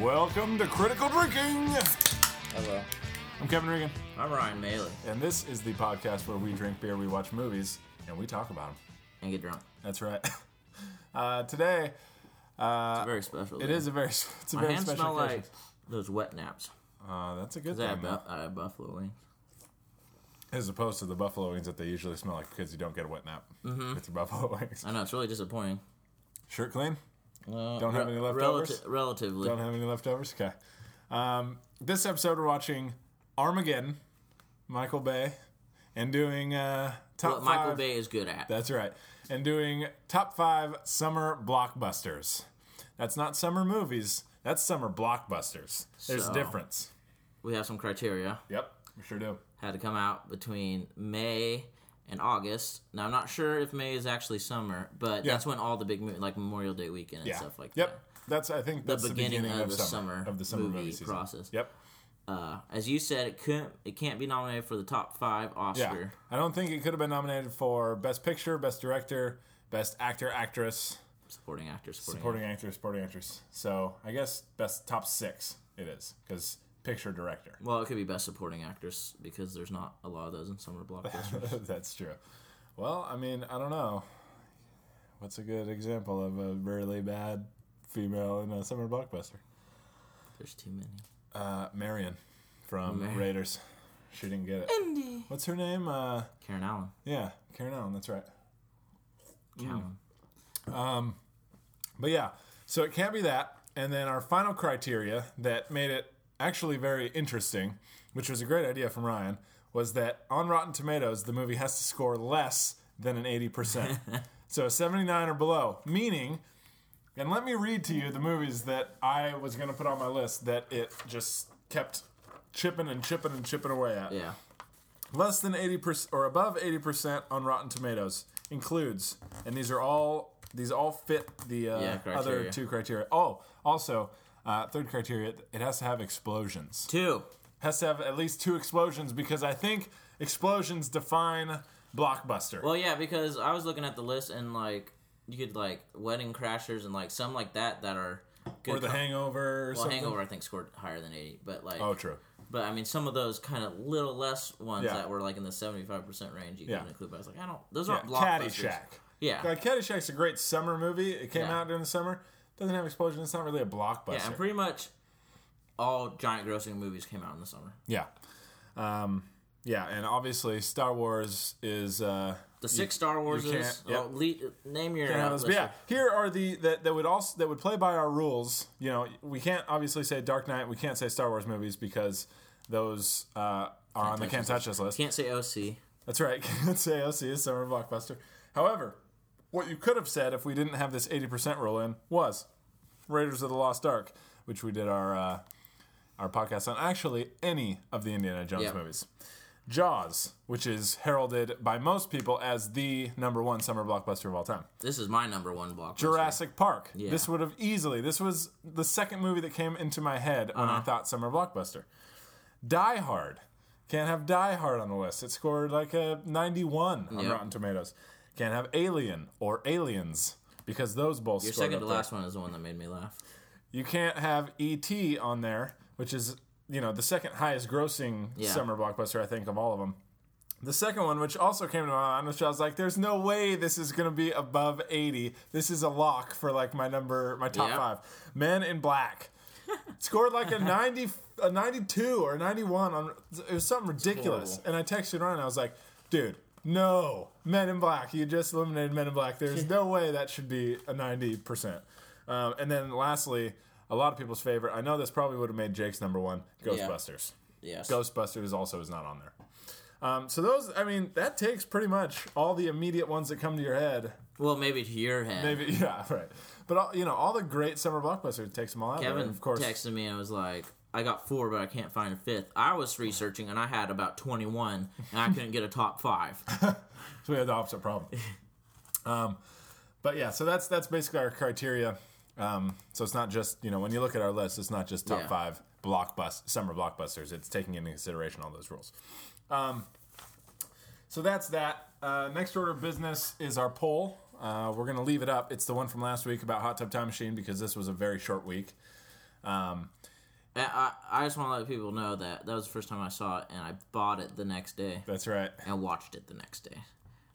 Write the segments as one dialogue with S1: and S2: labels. S1: Welcome to Critical Drinking.
S2: Hello.
S1: I'm Kevin Regan,
S2: I'm Ryan Maley.
S1: and this is the podcast where we drink beer, we watch movies, and we talk about them.
S2: And get drunk.
S1: That's right. Uh, today,
S2: It's very special.
S1: Uh, it
S2: day.
S1: is a very it's a
S2: My
S1: very
S2: hands
S1: special
S2: smell
S1: occasion.
S2: like those wet naps.
S1: uh, that's a good
S2: Is that
S1: thing,
S2: a bu- uh, buffalo wing?
S1: as opposed to the buffalo wings that they usually smell like because you don't get a wet nap
S2: Mm-hmm.
S1: with your buffalo wings.
S2: I know it's really disappointing.
S1: Shirt clean?
S2: Uh,
S1: Don't have any leftovers?
S2: relati- relatively.
S1: Don't have any leftovers. Okay. Um, this episode, we're watching Armageddon, Michael Bay, and doing uh, top
S2: what Michael
S1: five.
S2: Bay is good at.
S1: That's right. And doing top five summer blockbusters. That's not summer movies. That's summer blockbusters. There's
S2: So-
S1: a difference.
S2: we have some criteria.
S1: Yep, we sure do.
S2: Had to come out between May and August. Now I'm not sure if May is actually summer, but that's when all the big mo- like Memorial Day weekend and
S1: Yeah.
S2: stuff like
S1: yep.
S2: that.
S1: That's I think that's the
S2: beginning
S1: beginning,
S2: of
S1: of,
S2: the
S1: summer,
S2: summer
S1: of the summer
S2: movie
S1: movie, season.
S2: process.
S1: Yep.
S2: Uh, as you said, it couldn't. It can't be nominated for the top five
S1: Yeah.
S2: Oscar.
S1: I don't think it could have been nominated for best picture, best director, best actor, actress,
S2: Supporting actor, supporting.
S1: supporting actor, supporting actress. So I guess best top six it is because picture director.
S2: Well, it could be best supporting actress because there's not a lot of those in summer blockbusters.
S1: That's true. Well, I mean, I don't know. What's a good example of a really bad female in a summer blockbuster?
S2: there's too many.
S1: Uh, Marion from
S2: Marion.
S1: Raiders. She didn't get it.
S2: Indy.
S1: What's her name? Uh,
S2: Karen Allen.
S1: yeah, Karen Allen. That's right. Mm. Um,
S2: Callum.
S1: But yeah, so it can't be that. And then our final criteria that made it actually very interesting, which was a great idea from Ryan, was that on Rotten Tomatoes, the movie has to score less than an 80%. so a 79 or below, meaning, and let me read to you the movies that I was going to put on my list that it just kept chipping and chipping and chipping away at.
S2: Yeah.
S1: Less than 80% or above 80% on Rotten Tomatoes includes, and these are all these all fit the uh,
S2: Yeah, criteria.
S1: other two criteria. Oh, also uh, third criteria, it has to have explosions.
S2: Two.
S1: Has to have at least two explosions because I think explosions define blockbuster.
S2: Well, yeah, because I was looking at the list and like you could like Wedding Crashers and like some like that that are good.
S1: or The
S2: com-
S1: Hangover. Or
S2: well,
S1: something.
S2: Hangover I think scored higher than eighty, but like.
S1: Oh, true.
S2: But I mean, some of those kind of little less ones
S1: Yeah.
S2: that were like in the seventy-five percent range, you
S1: Yeah.
S2: couldn't include. But I was like, I don't. Those
S1: Yeah,
S2: aren't blockbusters.
S1: Caddyshack.
S2: Yeah.
S1: Like, Caddyshack's a great summer movie. It came
S2: Yeah.
S1: out during the summer. Doesn't have explosions. It's not really a blockbuster.
S2: yeah, and pretty much all giant grossing movies came out in the summer.
S1: Yeah. Um, yeah, and obviously Star Wars is uh
S2: The six Star Warses.
S1: can't-
S2: oh,
S1: yep.
S2: le- name your.
S1: yeah,
S2: uh,
S1: those-
S2: list
S1: but yeah,
S2: of-
S1: here are the that, that would also that would play by our rules. You know, we can't obviously say Dark Knight, we can't say Star Wars movies because those uh, are on the
S2: touch
S1: can't
S2: us
S1: touch us list.
S2: Can't say OC.
S1: That's right. Can't say OC is summer blockbuster. However, what you could have said if we didn't have this 80% rule in was Raiders of the Lost Ark, which we did our uh, our podcast on actually any of the Indiana Jones
S2: Yeah.
S1: movies. Jaws, which is heralded by most people as the number one summer blockbuster of all time.
S2: This is my number one blockbuster.
S1: Jurassic Park. This would have easily. This was the second movie that came into my head when I thought summer blockbuster. Die Hard. Can't have Die Hard on the list. It scored like a 91 on
S2: Yep.
S1: Rotten Tomatoes. Can't have Alien or Aliens because those both
S2: Your
S1: scored
S2: second
S1: up
S2: to
S1: there.
S2: last one is the one that made me laugh.
S1: You can't have E.T. on there, which is you know the second highest grossing
S2: Yeah.
S1: summer blockbuster I think of all of them. The second one, which also came to my mind, which I was like, "There's no way this is going to be above 80. This is a lock for like my number, my top
S2: Yeah.
S1: five." Men in Black scored like a 90, a 92 or a 91 on. It was something ridiculous, and I texted Ryan. I was like, "Dude, no, Men in Black. You just eliminated Men in Black. There's no way that should be a 90 percent." Um, and then lastly, a lot of people's favorite. I know this probably would have made Jake's number one. Ghostbusters.
S2: Yes.
S1: Ghostbusters also is not on there. Um, so those, I mean, that takes pretty much all the immediate ones that come to your head.
S2: Well, maybe to your head.
S1: Maybe, yeah, right. But all, you know, all the great summer blockbusters takes them all out. there,
S2: Kevin
S1: and of course.
S2: texted me and was like, I got four, but I can't find a fifth. I was researching and I had about 21 and I couldn't get a top five.
S1: So we had the opposite problem. um, but yeah, so that's that's basically our criteria. Um, so it's not just you know when you look at our list, it's not just top
S2: Yeah.
S1: five blockbust summer blockbusters. It's taking into consideration all those rules. Um, so that's that. Uh, next order of business is our poll. Uh, we're gonna leave it up. It's the one from last week about hot tub time machine because this was a very short week. Um,
S2: And I, I just want to let people know that that was the first time I saw it, and I bought it the next day
S1: that's right.
S2: and watched it the next day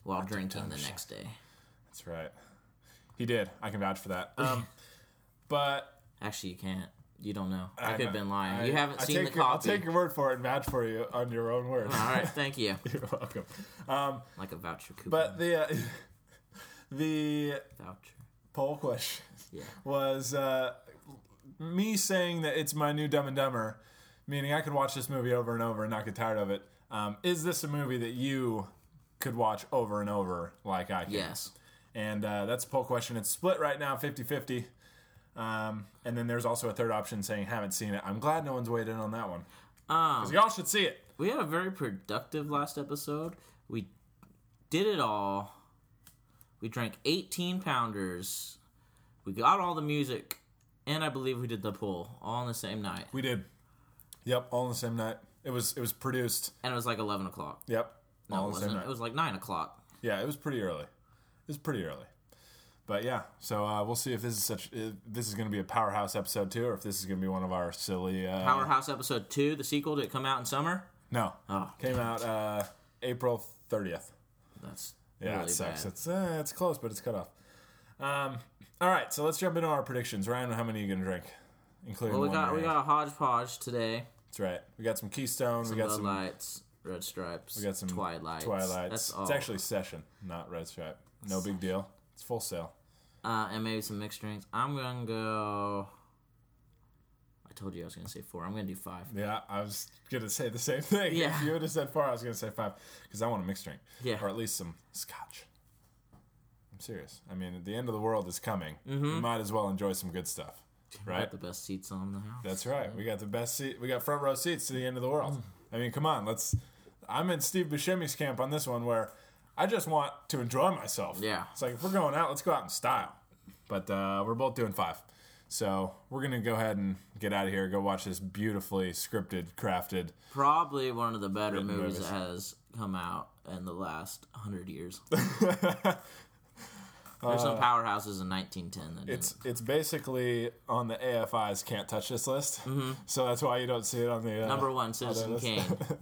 S2: while drinking the next day.
S1: That's right. He did. I can vouch for that. Um, but
S2: Actually, you can't. You don't know. I,
S1: I
S2: could have
S1: know-
S2: been lying.
S1: I-
S2: you haven't
S1: I
S2: seen the
S1: take your- I'll
S2: copy.
S1: take your word for it and vouch for you on your own word.
S2: All right, thank you.
S1: You're welcome.
S2: Like a voucher coupon.
S1: But the uh, the
S2: voucher.
S1: poll question.
S2: Yeah.
S1: was uh, me saying that it's my new Dumb and Dumber, meaning I could watch this movie over and over and not get tired of it. Um, is this a movie that you could watch over and over like I can?
S2: Yes.
S1: And uh, that's a poll question. It's split right now 50 50. Um, and then there's also a third option saying haven't seen it. I'm glad no one's weighed in on that one.
S2: Um,
S1: Y'all should see it.
S2: we had a very productive last episode. We did it all. We drank 18 pounders. We got all the music, and I believe we did the poll all on the same night.
S1: We did. Yep, all in the same night. It was it was produced.
S2: And it was like 11 o'clock.
S1: Yep,
S2: No,
S1: all
S2: it
S1: in the same
S2: wasn't.
S1: night.
S2: It was like 9 o'clock.
S1: Yeah, it was pretty early. It was pretty early. But yeah, so uh, we'll see if this is such. If this is going to be a powerhouse episode too, or if this is going to be one of our silly. Uh,
S2: Powerhouse episode 2, the sequel, did it come out in summer?
S1: no,
S2: Oh,
S1: came out uh, April thirtieth.
S2: that's
S1: Yeah,
S2: really
S1: it sucks.
S2: bad.
S1: It's uh, it's close, but it's cut off. Um, all right, so let's jump into our predictions. Ryan, how many are you going to drink? Including
S2: Well, we
S1: one
S2: got
S1: you're
S2: we
S1: in.
S2: got a hodgepodge today.
S1: That's right. We got some Keystone. we got
S2: Bud
S1: some
S2: Lights, Red Stripes,
S1: we got some
S2: Twilights.
S1: Twilights.
S2: That's all.
S1: It's actually Session, not Red Stripe. No big deal. It's full sale.
S2: uh, and maybe some mixed drinks. I'm gonna go. I told you I was gonna say four. I'm gonna do five.
S1: Yeah, I was gonna say the same thing.
S2: Yeah.
S1: If you would have said four, I was gonna say five because I want a mixed drink.
S2: Yeah.
S1: Or at least some scotch. I'm serious. I mean, the end of the world is coming.
S2: Mm-hmm.
S1: We might as well enjoy some good stuff,
S2: Got
S1: right?
S2: the best seats on the house.
S1: That's right. We got the best seat. We got front row seats to the end of the
S2: Mm.
S1: world. I mean, come on. Let's. I'm in Steve Buscemi's camp on this one, where I just want to enjoy myself.
S2: Yeah.
S1: It's like if we're going out, let's go out in style. But uh, we're both doing five, so we're gonna go ahead and get out of here. Go watch this beautifully scripted, crafted.
S2: Probably one of the better
S1: movies.
S2: movies that has come out in the last hundred years. There's some powerhouses in 1910 that
S1: Uh, It's it's basically on the AFI's can't touch this list, so that's why you don't see it on the uh,
S2: Mm-hmm. Number one, Citizen
S1: that's-
S2: Kane.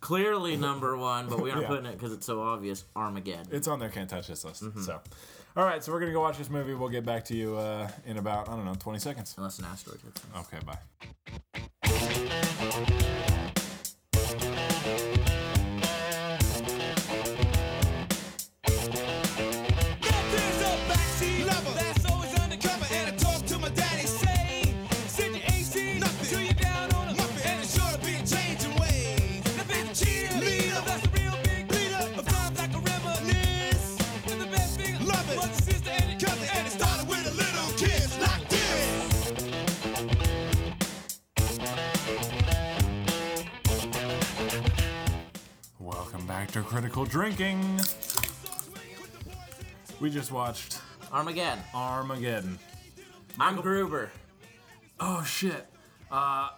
S2: Clearly number one, but we aren't
S1: Yeah.
S2: putting it because it's so obvious. Armageddon.
S1: It's on their can't touch this list. So, all right, so we're gonna go watch this movie. We'll get back to you uh, in about I don't know twenty seconds.
S2: Unless an asteroid hits us.
S1: Okay, bye.
S3: There's a backseat lover that's always undercover, and I talk to my daddy, say, send your AC, nothing, till you're down on a muffin, and it's sure to be a change in ways. The big cheerleader, that's a real big leader, of times I can reminisce. And the best thing, love it, was the sister and the cousin, and it started with a little kiss like this.
S1: Welcome back to Critical Drinking. We just watched
S2: Armageddon.
S1: Armageddon.
S2: I'm Gruber.
S1: Oh shit. Uh,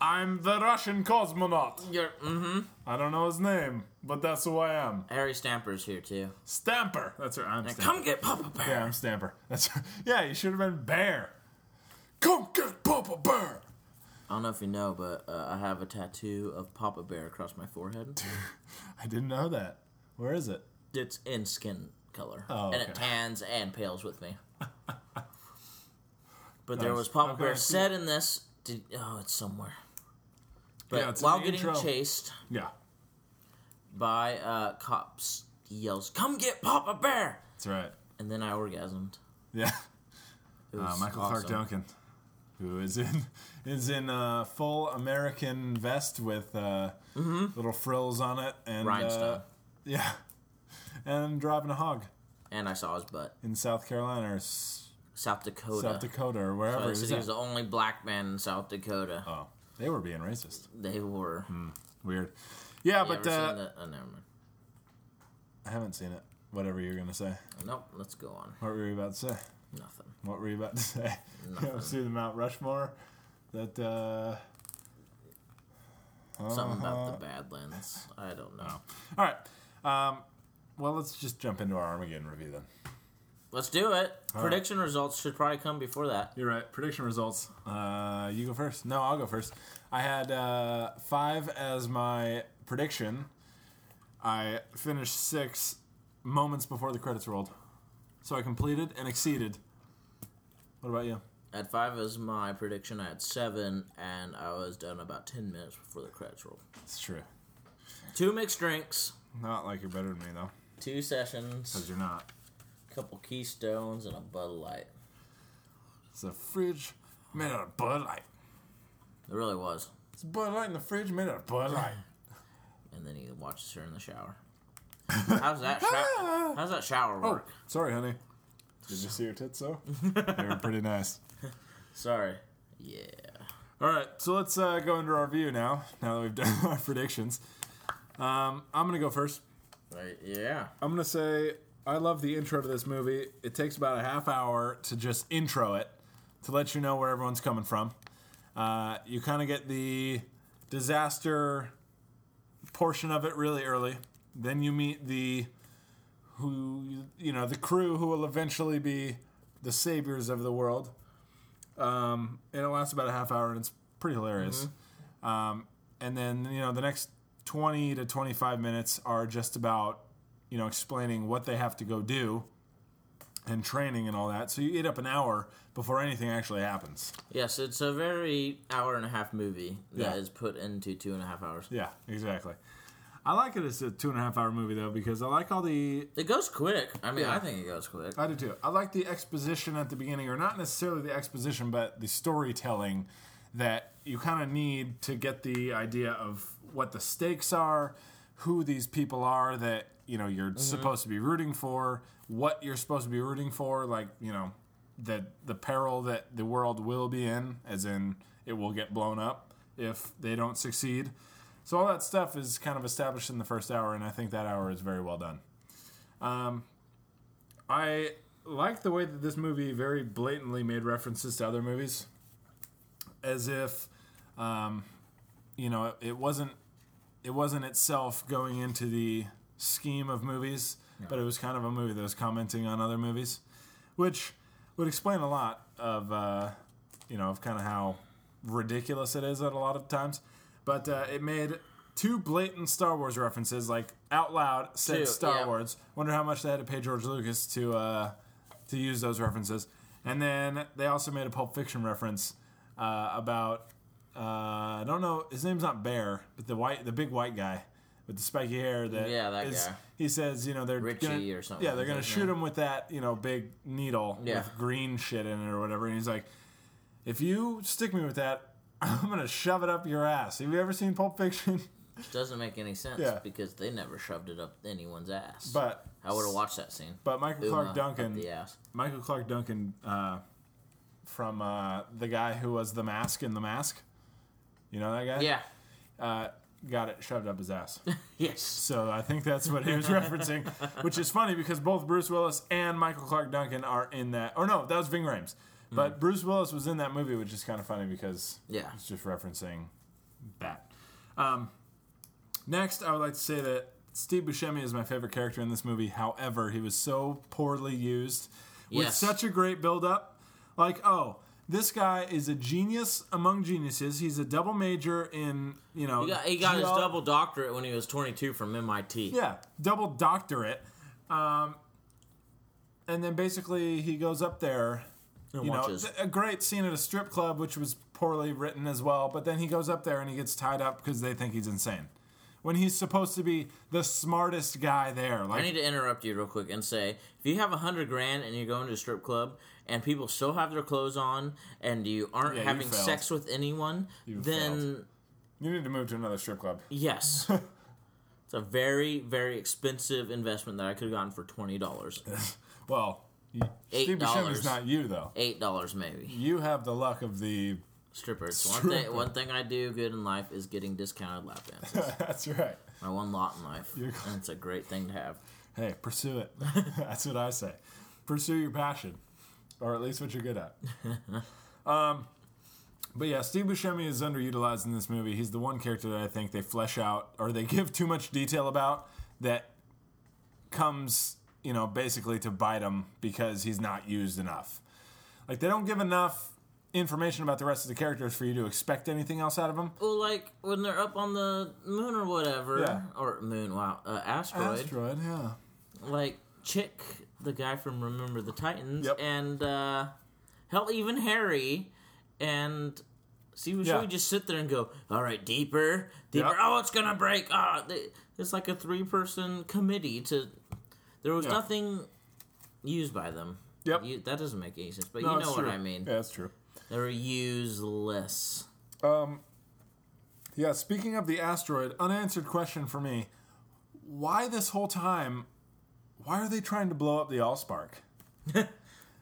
S1: I'm the Russian cosmonaut.
S2: You're, mm-hmm.
S1: I don't know his name, but that's who I am.
S2: Harry Stamper's here too.
S1: Stamper. That's right. I'm Stamper.
S2: Come get Papa Bear.
S1: Yeah, I'm Stamper. That's yeah. You should have been Bear. Come get Papa Bear.
S2: I don't know if you know, but uh, I have a tattoo of Papa Bear across my forehead.
S1: I didn't know that. Where is it?
S2: It's in skin color,
S1: Oh,
S2: and
S1: okay.
S2: it tans and pales with me. but there
S1: Nice.
S2: was Papa
S1: Okay, I
S2: Bear
S1: see
S2: said in this. Did, oh, it's somewhere. But
S1: Yeah, it's in
S2: while
S1: the
S2: getting
S1: intro.
S2: chased
S1: Yeah,
S2: by uh, cops, he yells, "Come get Papa Bear!"
S1: that's right.
S2: And then I orgasmed.
S1: Yeah,
S2: It
S1: uh,
S2: was
S1: Michael Clark
S2: awesome.
S1: Duncan, who is in is in a full American vest with uh, little frills on it and
S2: Mm-hmm. Rhinestone.
S1: uh, yeah, and driving a hog
S2: and I saw his butt.
S1: in South Carolina or S-
S2: South Dakota.
S1: South Dakota or wherever.
S2: So
S1: he
S2: I
S1: was
S2: said he
S1: at.
S2: was the only black man in South Dakota.
S1: oh, they were being racist.
S2: They were.
S1: Weird. Yeah,
S2: You
S1: but
S2: ever
S1: uh,
S2: seen the- oh, never mind.
S1: I haven't seen it. Whatever you're gonna say.
S2: Nope, let's go on.
S1: What were you about to say?
S2: Nothing.
S1: What were you about to say? You
S2: Nothing.
S1: ever see the Mount Rushmore? That uh uh-huh.
S2: Something about the Badlands. I don't know.
S1: All right. Um, well, let's just jump into our Armageddon review then.
S2: Let's do it. Prediction results should probably come before that.
S1: You're right. Prediction results. Uh, you go first. No, I'll go first. I had uh, five as my prediction. I finished six moments before the credits rolled. So I completed and exceeded. What about you?
S2: At five is my prediction. I had seven, and I was done about ten minutes before the credits rolled.
S1: It's true.
S2: Two mixed drinks,
S1: Not like you're better than me, though,
S2: two
S1: because
S2: sessions,
S1: you're not.
S2: a couple Keystones, and a Bud Light.
S1: It's a fridge made out of Bud Light.
S2: It really was.
S1: It's Bud Light in the fridge made out of Bud Light.
S2: And then he watches her in the shower. How's that? Shower? How's that shower
S1: Oh,
S2: work?
S1: sorry, honey. Did you see her tits, though? they were pretty nice.
S2: Sorry. Yeah.
S1: All right, so let's uh, go into our view now. Now that we've done our predictions, um, I'm gonna go first.
S2: Right. Yeah.
S1: I'm gonna say I love the intro to this movie. It takes about a half hour to just intro it to let you know where everyone's coming from. Uh, you kind of get the disaster portion of it really early. Then you meet the who you know the crew who will eventually be the saviors of the world. Um, and it lasts about a half hour, and it's pretty hilarious. Um, and then you know the next twenty to twenty five minutes are just about you know explaining what they have to go do and training and all that. So you eat up an hour before anything actually happens.
S2: Yes, it's a very hour and a half movie that
S1: Yeah.
S2: is put into two and a half hours.
S1: Yeah, exactly. I like it as a two and a half hour movie though because I like all the
S2: It goes quick. I mean,
S1: Yeah.
S2: I think it goes quick.
S1: I do too. I like the exposition at the beginning, or not necessarily the exposition, but the storytelling that you kind of need to get the idea of what the stakes are, who these people are that you know you're supposed to be rooting for, what you're supposed to be rooting for, like you know the the peril that the world will be in, as in it will get blown up if they don't succeed. So all that stuff is kind of established in the first hour, and I think that hour is very well done. I like the way that this movie very blatantly made references to other movies, as if, um, you know, it, it wasn't it wasn't itself going into the scheme of movies, but it was kind of a movie that was commenting on other movies, which would explain a lot of uh, you know of kind of how ridiculous it is at a lot of times. But uh, it made two blatant Star Wars references, like out loud said
S2: Two,
S1: Star
S2: yeah.
S1: Wars. Wonder how much they had to pay George Lucas to uh, to use those references. And then they also made a Pulp Fiction reference uh, about uh, I don't know his name's not Bear, but the white the big white guy with the spiky hair that
S2: Yeah, that
S1: is-
S2: guy.
S1: He says you know they're
S2: Richie
S1: gonna-
S2: or something
S1: Yeah, they're
S2: like
S1: gonna
S2: that,
S1: shoot
S2: yeah.
S1: him with that you know big needle
S2: Yeah.
S1: with green shit in it or whatever, and he's like, if you stick me with that. I'm gonna shove it up your ass. Have you ever seen Pulp Fiction?
S2: Which doesn't make any sense
S1: Yeah.
S2: because they never shoved it up anyone's ass.
S1: But
S2: I would have watched that scene.
S1: But Michael Clark
S2: Uma
S1: Duncan,
S2: up the ass.
S1: Michael Clark Duncan uh, from uh, the guy who was the mask in the mask. You know that guy?
S2: Yeah.
S1: Uh, got it shoved up his ass.
S2: Yes.
S1: so I think that's what he was referencing, which is funny because both Bruce Willis and Michael Clark Duncan are in that. Or no, that was Ving
S2: Mm.
S1: Rhames. But Bruce Willis was in that movie, which is kind of funny because
S2: Yeah.
S1: it's just referencing that. Um, next, I would like to say that Steve Buscemi is my favorite character in this movie. However, he was so poorly used with
S2: Yes.
S1: such a great build-up. Like, oh, this guy is a genius among geniuses. He's a double major in, you know,
S2: He got, he got his
S1: geol-
S2: double doctorate when he was 22 from MIT.
S1: yeah, double doctorate. Um, and then basically he goes up there.
S2: And
S1: You know,
S2: watches.
S1: th- a great scene at a strip club, which was poorly written as well. But then he goes up there and he gets tied up because they think he's insane, when he's supposed to be the smartest guy there.
S2: I
S1: Like,
S2: need to interrupt you real quick and say if you have a hundred grand and you're going to a strip club and people still have their clothes on and you aren't
S1: Yeah, you
S2: having
S1: failed.
S2: sex with anyone, then
S1: you need to move to another strip club.
S2: yes. it's a very, very expensive investment that I could have gotten for twenty dollars.
S1: Well, y- Steve Buscemi's
S2: dollars.
S1: not you though.
S2: Eight dollars maybe.
S1: You have the luck of the.
S2: Strippers. One
S1: Stripper.
S2: thing one thing I do good in life is getting discounted lap dances.
S1: That's right.
S2: My one lot in life.
S1: You're-
S2: And it's a great thing to have.
S1: Hey, pursue it. That's what I say. Pursue your passion, or at least what you're good at. um, but yeah, Steve Buscemi is underutilized in this movie. He's the one character that I think they flesh out or they give too much detail about that comes you know, basically to bite him because he's not used enough. Like they don't give enough information about the rest of the characters for you to expect anything else out of them.
S2: Well, like when they're up on the moon or whatever,
S1: Yeah.
S2: or moon, wow, uh, asteroid.
S1: Asteroid, yeah.
S2: like Chick, the guy from Remember the Titans,
S1: Yep.
S2: and uh, hell, even Harry, and see, we
S1: Yeah.
S2: should we just sit there and go, all right, deeper, deeper.
S1: Yep.
S2: Oh, it's gonna break. Ah, they it's like a three-person committee to. There was
S1: Yeah.
S2: nothing used by them.
S1: Yep.
S2: You, that doesn't make any sense, but
S1: No,
S2: you
S1: it's
S2: know what
S1: true.
S2: I mean.
S1: Yeah, that's true.
S2: They were useless.
S1: Yeah, speaking of the asteroid, unanswered question for me. Why this whole time, why are they trying to blow up the Allspark?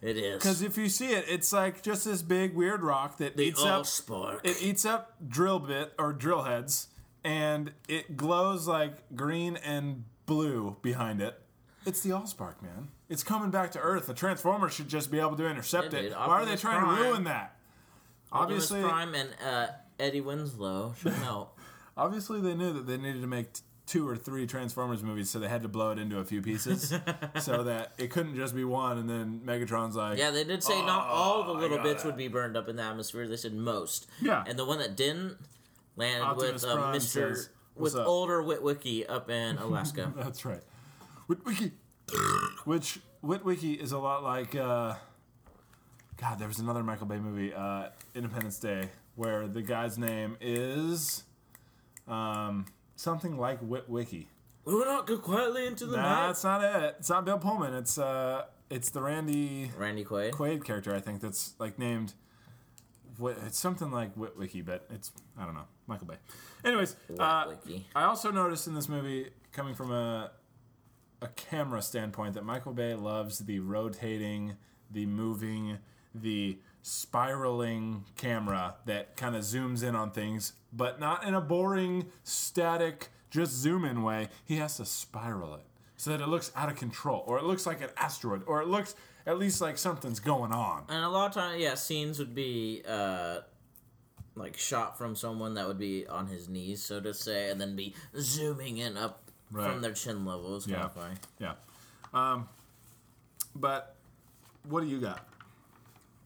S2: It is
S1: Because if you see it, it's like just this big weird rock that
S2: the
S1: eats
S2: all
S1: up
S2: spark.
S1: it eats up drill bit or drill heads, and it glows like green and blue behind it. It's the Allspark, man. It's coming back to Earth. The Transformer should just be able to intercept
S2: Yeah,
S1: it.
S2: dude,
S1: Why are they
S2: Optimus
S1: trying to
S2: Prime.
S1: ruin that?
S2: Optimus
S1: Obviously,
S2: Prime and uh, Eddie Winslow should know.
S1: obviously they knew that they needed to make t- two or three Transformers movies, so they had to blow it into a few pieces, so that it couldn't just be one. And then Megatron's like,
S2: Yeah, they did say not all the little
S1: Oh, got
S2: bits
S1: it.
S2: would be burned up in the atmosphere. They said most.
S1: Yeah.
S2: And the one that didn't landed
S1: Optimus
S2: with uh,
S1: Prime
S2: Mr.
S1: says, "What's
S2: with
S1: up?"
S2: older Witwicky up in Alaska.
S1: That's right. Witwiki. Which Witwiki is a lot like uh, God, there was another Michael Bay movie, uh, Independence Day, where the guy's name is um, something like Witwiki.
S2: we will not go quietly into the
S1: Nah,
S2: night.
S1: it's not it. It's not Bill Pullman. It's uh, it's the Randy
S2: Randy Quaid.
S1: Quaid character, I think, that's like named. Wit- It's something like Witwiki, but it's I don't know Michael Bay. Anyways, uh,
S2: Witwicky.
S1: I also noticed in this movie, coming from a a camera standpoint, that Michael Bay loves the rotating, the moving, the spiraling camera that kind of zooms in on things, but not in a boring, static, just zoom in way. He has to spiral it so that it looks out of control, or it looks like an asteroid, or it looks at least like something's going on.
S2: and a lot of times, yeah, scenes would be uh, like shot from someone that would be on his knees, so to say, and then be zooming in up
S1: Right.
S2: from their chin levels. Kind
S1: Yeah.
S2: of funny.
S1: Yeah. Um, but what do you got?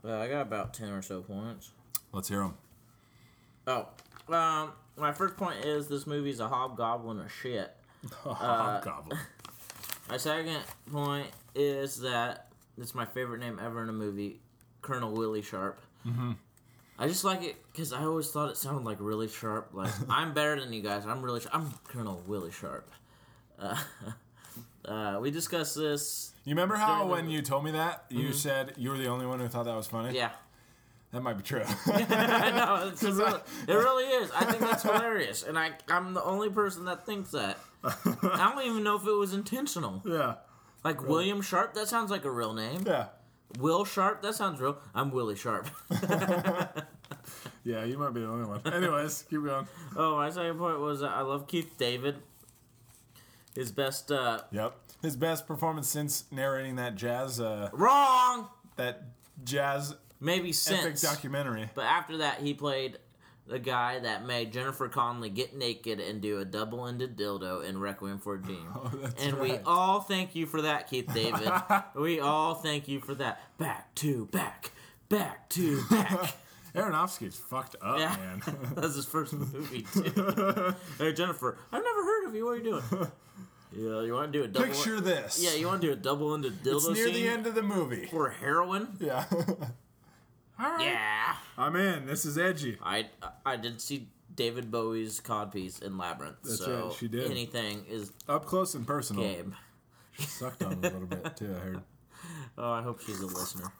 S2: Well, I got about ten or so points.
S1: Let's hear them.
S2: Oh, um, my first point is this movie's a hobgoblin of shit.
S1: Oh,
S2: Uh,
S1: Hobgoblin.
S2: My second point is that it's my favorite name ever in a movie, Colonel Willie Sharp. Mm-hmm. I just like it because I always thought it sounded like really sharp. Like I'm better than you guys. I'm really. Sh- I'm Colonel Willie Sharp. Uh, uh, we discussed this.
S1: You remember how
S2: During the-
S1: when you told me that you said you were the only one who thought that was funny?
S2: Mm-hmm. Yeah.
S1: that might be true.
S2: I know it's really, it really is. I think that's hilarious, and I I'm the only person that thinks that. I don't even know if it was intentional.
S1: yeah,
S2: Like William Sharp, that sounds like a real name.
S1: yeah,
S2: Will Sharp, that sounds real. I'm Willie Sharp.
S1: yeah. You might be the only one. Anyways, keep going.
S2: oh, my second point was that I love Keith David. His best uh
S1: Yep, his best performance since narrating that jazz, uh,
S2: wrong
S1: that jazz
S2: maybe
S1: epic
S2: since
S1: documentary.
S2: but after that he played the guy that made Jennifer Connelly get naked and do a double ended dildo in Requiem for a Dream.
S1: Oh, that's
S2: and we
S1: right.
S2: all thank you for that, Keith David. we all thank you for that. Back to back, back to back.
S1: Aronofsky's fucked up,
S2: Yeah.
S1: Oh, man.
S2: That's his first movie too. hey Jennifer, I've never heard of you. What are you doing? Yeah, you want to do a double?
S1: Picture this.
S2: Yeah, you want to do a double into dildo
S1: it's near
S2: scene
S1: the end of the movie.
S2: for heroin?
S1: Yeah. All right.
S2: Yeah,
S1: I'm in. This is edgy.
S2: I I did see David Bowie's codpiece in Labyrinth.
S1: That's
S2: so
S1: right, she did. Oh.
S2: Anything is
S1: Up close and personal.
S2: game.
S1: Sucked on a little bit too. I heard.
S2: Oh, I hope she's a listener.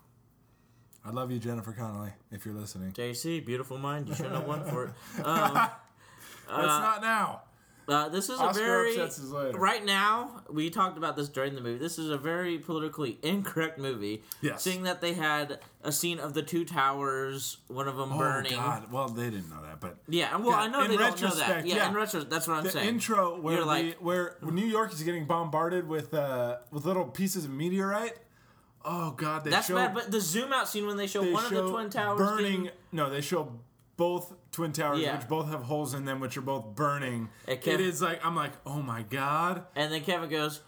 S1: I love you, Jennifer Connelly, if you're listening.
S2: JC, beautiful mind. You shouldn't have won for it. Oh.
S1: it's not now.
S2: Uh, this is
S1: Oscar
S2: a very
S1: upsets us later.
S2: right now. We talked about this during the movie. This is a very politically incorrect movie.
S1: Yes.
S2: Seeing that they had a scene of the two towers, one of them burning.
S1: Oh God! Well, they didn't know that, but
S2: Yeah, well, I
S1: God,
S2: know
S1: in
S2: they don't know
S1: retrospect,
S2: that. Yeah,
S1: yeah.
S2: in retrospect, that's what I'm
S1: the
S2: saying.
S1: intro where
S2: You're
S1: the,
S2: like-
S1: where New York is getting bombarded with uh, with little pieces of meteorite. Oh God! They
S2: that's
S1: show
S2: bad. But the zoom out scene when they show
S1: they
S2: one of the
S1: show
S2: twin towers
S1: burning.
S2: being-
S1: No, they show both twin towers,
S2: Yeah.
S1: which both have holes in them, which are both burning.
S2: It can-
S1: it is like I'm like, oh my God!
S2: and then Kevin goes,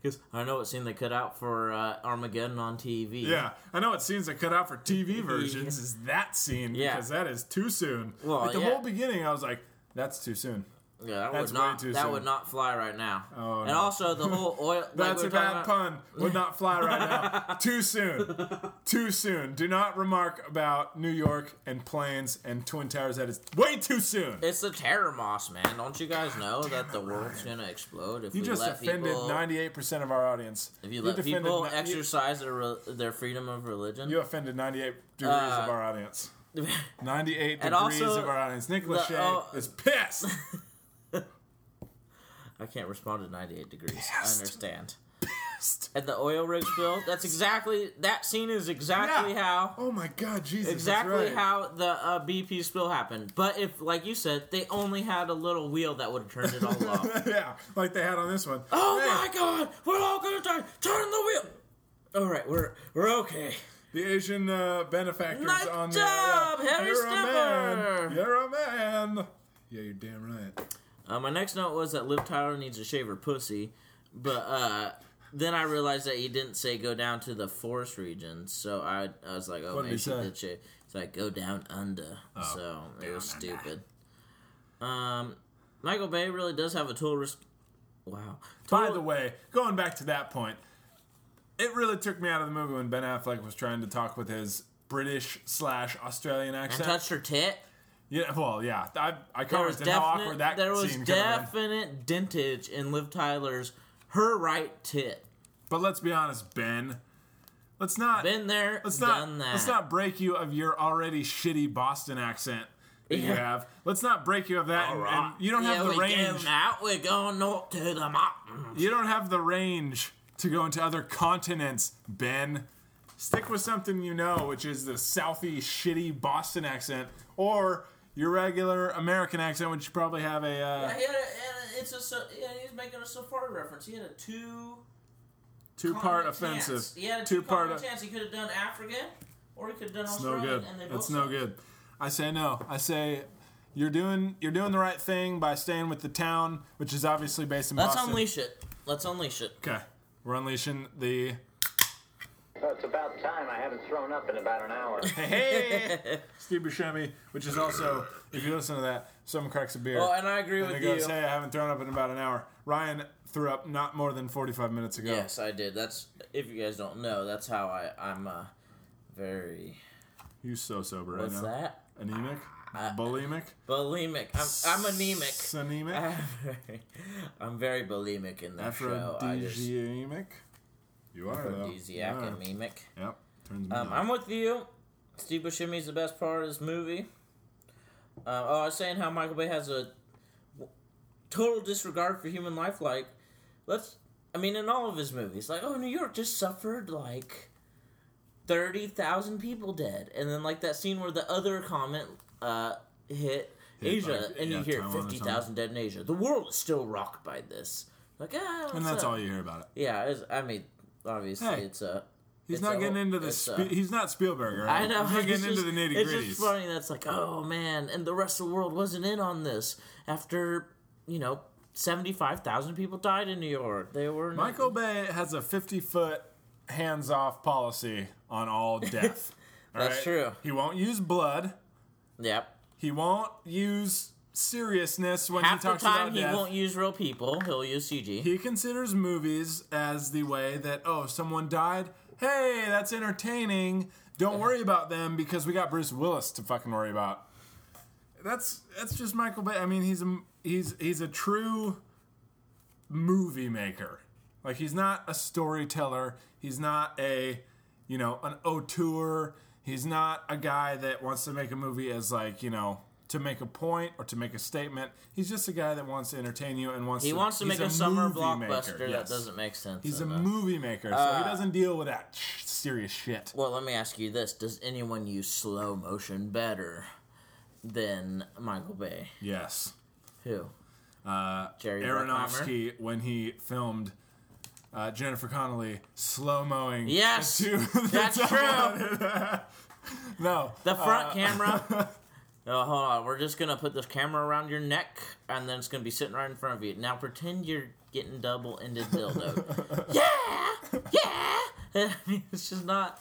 S2: Because I know it seemed they cut out for uh, Armageddon on TV.
S1: Yeah, I know it seems they cut out for TV versions is that scene
S2: Yeah.
S1: because that is too soon.
S2: Well,
S1: like the
S2: yeah.
S1: whole beginning, I was like, "That's too soon."
S2: Yeah, that
S1: That's
S2: would not.
S1: way too
S2: That
S1: soon.
S2: would not fly right now.
S1: Oh,
S2: and
S1: no.
S2: also the whole oil. like
S1: That's
S2: we
S1: a
S2: were talking
S1: bad
S2: about-
S1: pun. Would not fly right now. too soon. Too soon. Do not remark about New York and planes and Twin Towers. That is way too soon.
S2: It's the terror moss, man. Don't you guys know that the world's gonna explode if
S1: You
S2: we
S1: just
S2: let
S1: offended
S2: people?
S1: ninety-eight percent of our audience.
S2: if you let
S1: defended
S2: people
S1: ni- you-
S2: exercise their re- their freedom of religion,
S1: You offended 98 degrees
S2: Uh,
S1: of our audience. 98 degrees
S2: also,
S1: of our audience. Nick
S2: the-
S1: Lachey
S2: oh.
S1: is pissed.
S2: I can't respond to 98 degrees.
S1: Pissed.
S2: I understand. And the oil rig spill. That's exactly that scene is exactly
S1: Yeah.
S2: how
S1: Oh my God, Jesus! that's
S2: exactly
S1: right.
S2: how the uh, BP spill happened. But if, like you said, they only had a little wheel that would have turned it all off.
S1: yeah, like they had on this one.
S2: oh
S1: Hey,
S2: my God! We're all gonna die. Turn the wheel. All right, we're we're okay.
S1: The Asian uh, benefactors
S2: Nice
S1: on
S2: job,
S1: the. yeah.
S2: Harry
S1: You're a
S2: Stiffer.
S1: man. You're a man. Yeah, you're damn right.
S2: Uh, my next note was that Liv Tyler needs to shave her pussy, but uh, then I realized that he didn't say go down to the forest region, so I, I was like, oh,
S1: What did
S2: maybe
S1: he
S2: she
S1: say?
S2: did shave. It's like go down under, so it was stupid. Um, Michael Bay really does have a tool risk. Wow.
S1: By
S2: Tool-
S1: the way, going back to that point, it really took me out of the movie when Ben Affleck was trying to talk with his British slash Australian
S2: and
S1: accent.
S2: touched her tit.
S1: yeah, well, yeah, I, I
S2: There was
S1: commented how awkward
S2: definite.
S1: that
S2: There was
S1: scene could have been.
S2: definite dentage in Liv Tyler's her right tit.
S1: But let's be honest, Ben. Let's not.
S2: Been there,
S1: let's not.
S2: done that.
S1: Let's not break you of your already shitty Boston accent that you
S2: Yeah.
S1: have. Let's not break you of that. and- and you don't
S2: Yeah,
S1: have the
S2: we
S1: range.
S2: Going out, we're going north to the mountains.
S1: You don't have the range to go into other continents, Ben. Stick with something you know, which is the Southie shitty Boston accent, or your regular American accent, which you probably have a. Uh,
S2: He had a, and it's a, sa- yeah, he's making a safari reference. He had a two
S1: two part offensive.
S2: Chance. He had a two,
S1: two part.
S2: part chance. He could have done African, or he could have done
S1: It's no
S2: Australian,
S1: good.
S2: and they both.
S1: It's no good. I say no. I say you're doing you're doing the right thing by staying with the town, which is obviously based in
S2: Let's
S1: Boston.
S2: unleash it. Let's unleash it.
S1: Okay, we're unleashing the.
S4: Well, it's about time. I haven't thrown up in about an hour.
S1: Hey, Steve Buscemi, which is also if you listen to that, someone cracks a beer.
S2: Oh, and I agree
S1: And
S2: with
S1: it goes,
S2: you.
S1: hey, I haven't thrown up in about an hour. Ryan threw up not more than 45 minutes ago.
S2: Yes, I did. That's if you guys don't know, that's how I I'm uh, very
S1: You so sober right
S2: what's
S1: now.
S2: that
S1: Anemic? bulimic?
S2: bulimic. I'm, I'm anemic.
S1: Anemic?
S2: I'm very bulimic in that show. I just
S1: Aphrodisiac? You are, though.
S2: aphrodisiac
S1: You are.
S2: and mimic.
S1: Yep. Turns me
S2: Um,
S1: on.
S2: I'm with you. Steve Buscemi's the best part of this movie. Uh, oh, I was saying how Michael Bay has a w- total disregard for human life. Like, let's. I mean, in all of his movies, like, oh, New York just suffered like thirty thousand people dead, and then like that scene where the other comment uh, hit, Asia,
S1: like,
S2: and
S1: yeah,
S2: you hear
S1: Taiwan or
S2: fifty thousand dead in Asia. The world is still rocked by this. Like, ah,
S1: and that's all you hear about it.
S2: Yeah, it's, I mean, obviously,
S1: Hey,
S2: it's a.
S1: He's not getting into the. Spe- he's not Spielberg, right?
S2: I know.
S1: He's not
S2: it's
S1: getting into
S2: just-
S1: the nitty
S2: It's just
S1: gritties.
S2: funny that's like, oh man, and the rest of the world wasn't in on this after you know seventy five thousand people died in New York. They were not-
S1: Michael Bay has a 50 foot hands off policy on all death. All
S2: That's true.
S1: He won't use blood.
S2: Yep.
S1: He won't use seriousness when
S2: Half
S1: he
S2: the
S1: talks
S2: time
S1: about
S2: he
S1: death.
S2: won't use real people. He'll use CG.
S1: He considers movies as the way that oh, someone died. Hey, that's entertaining. Don't worry about them because we got Bruce Willis to fucking worry about. That's that's just Michael Bay. I mean, he's a he's he's a true movie maker. Like he's not a storyteller. He's not a you know an auteur. He's not a guy that wants to make a movie as like you know to make a point or to make a statement. He's just a guy that wants to entertain you and wants.
S2: He
S1: to,
S2: wants to
S1: he's
S2: make a, summer
S1: movie
S2: blockbuster
S1: maker, yes.
S2: that doesn't make sense.
S1: He's a
S2: enough.
S1: movie maker, so he doesn't deal with that sh- serious shit.
S2: well, let me ask you this: Does anyone use slow motion better than Michael Bay?
S1: Yes,
S2: Who? Uh, Jerry Bruckheimer?
S1: Aronofsky when he filmed. Uh, Jennifer Connelly slow mowing.
S2: Yes, that's
S1: no,
S2: The
S1: Uh,
S2: front camera. Oh, hold on. We're just gonna put this camera around your neck, and then it's gonna be sitting right in front of you. Now pretend you're getting double ended dildo. yeah, yeah. it's just not.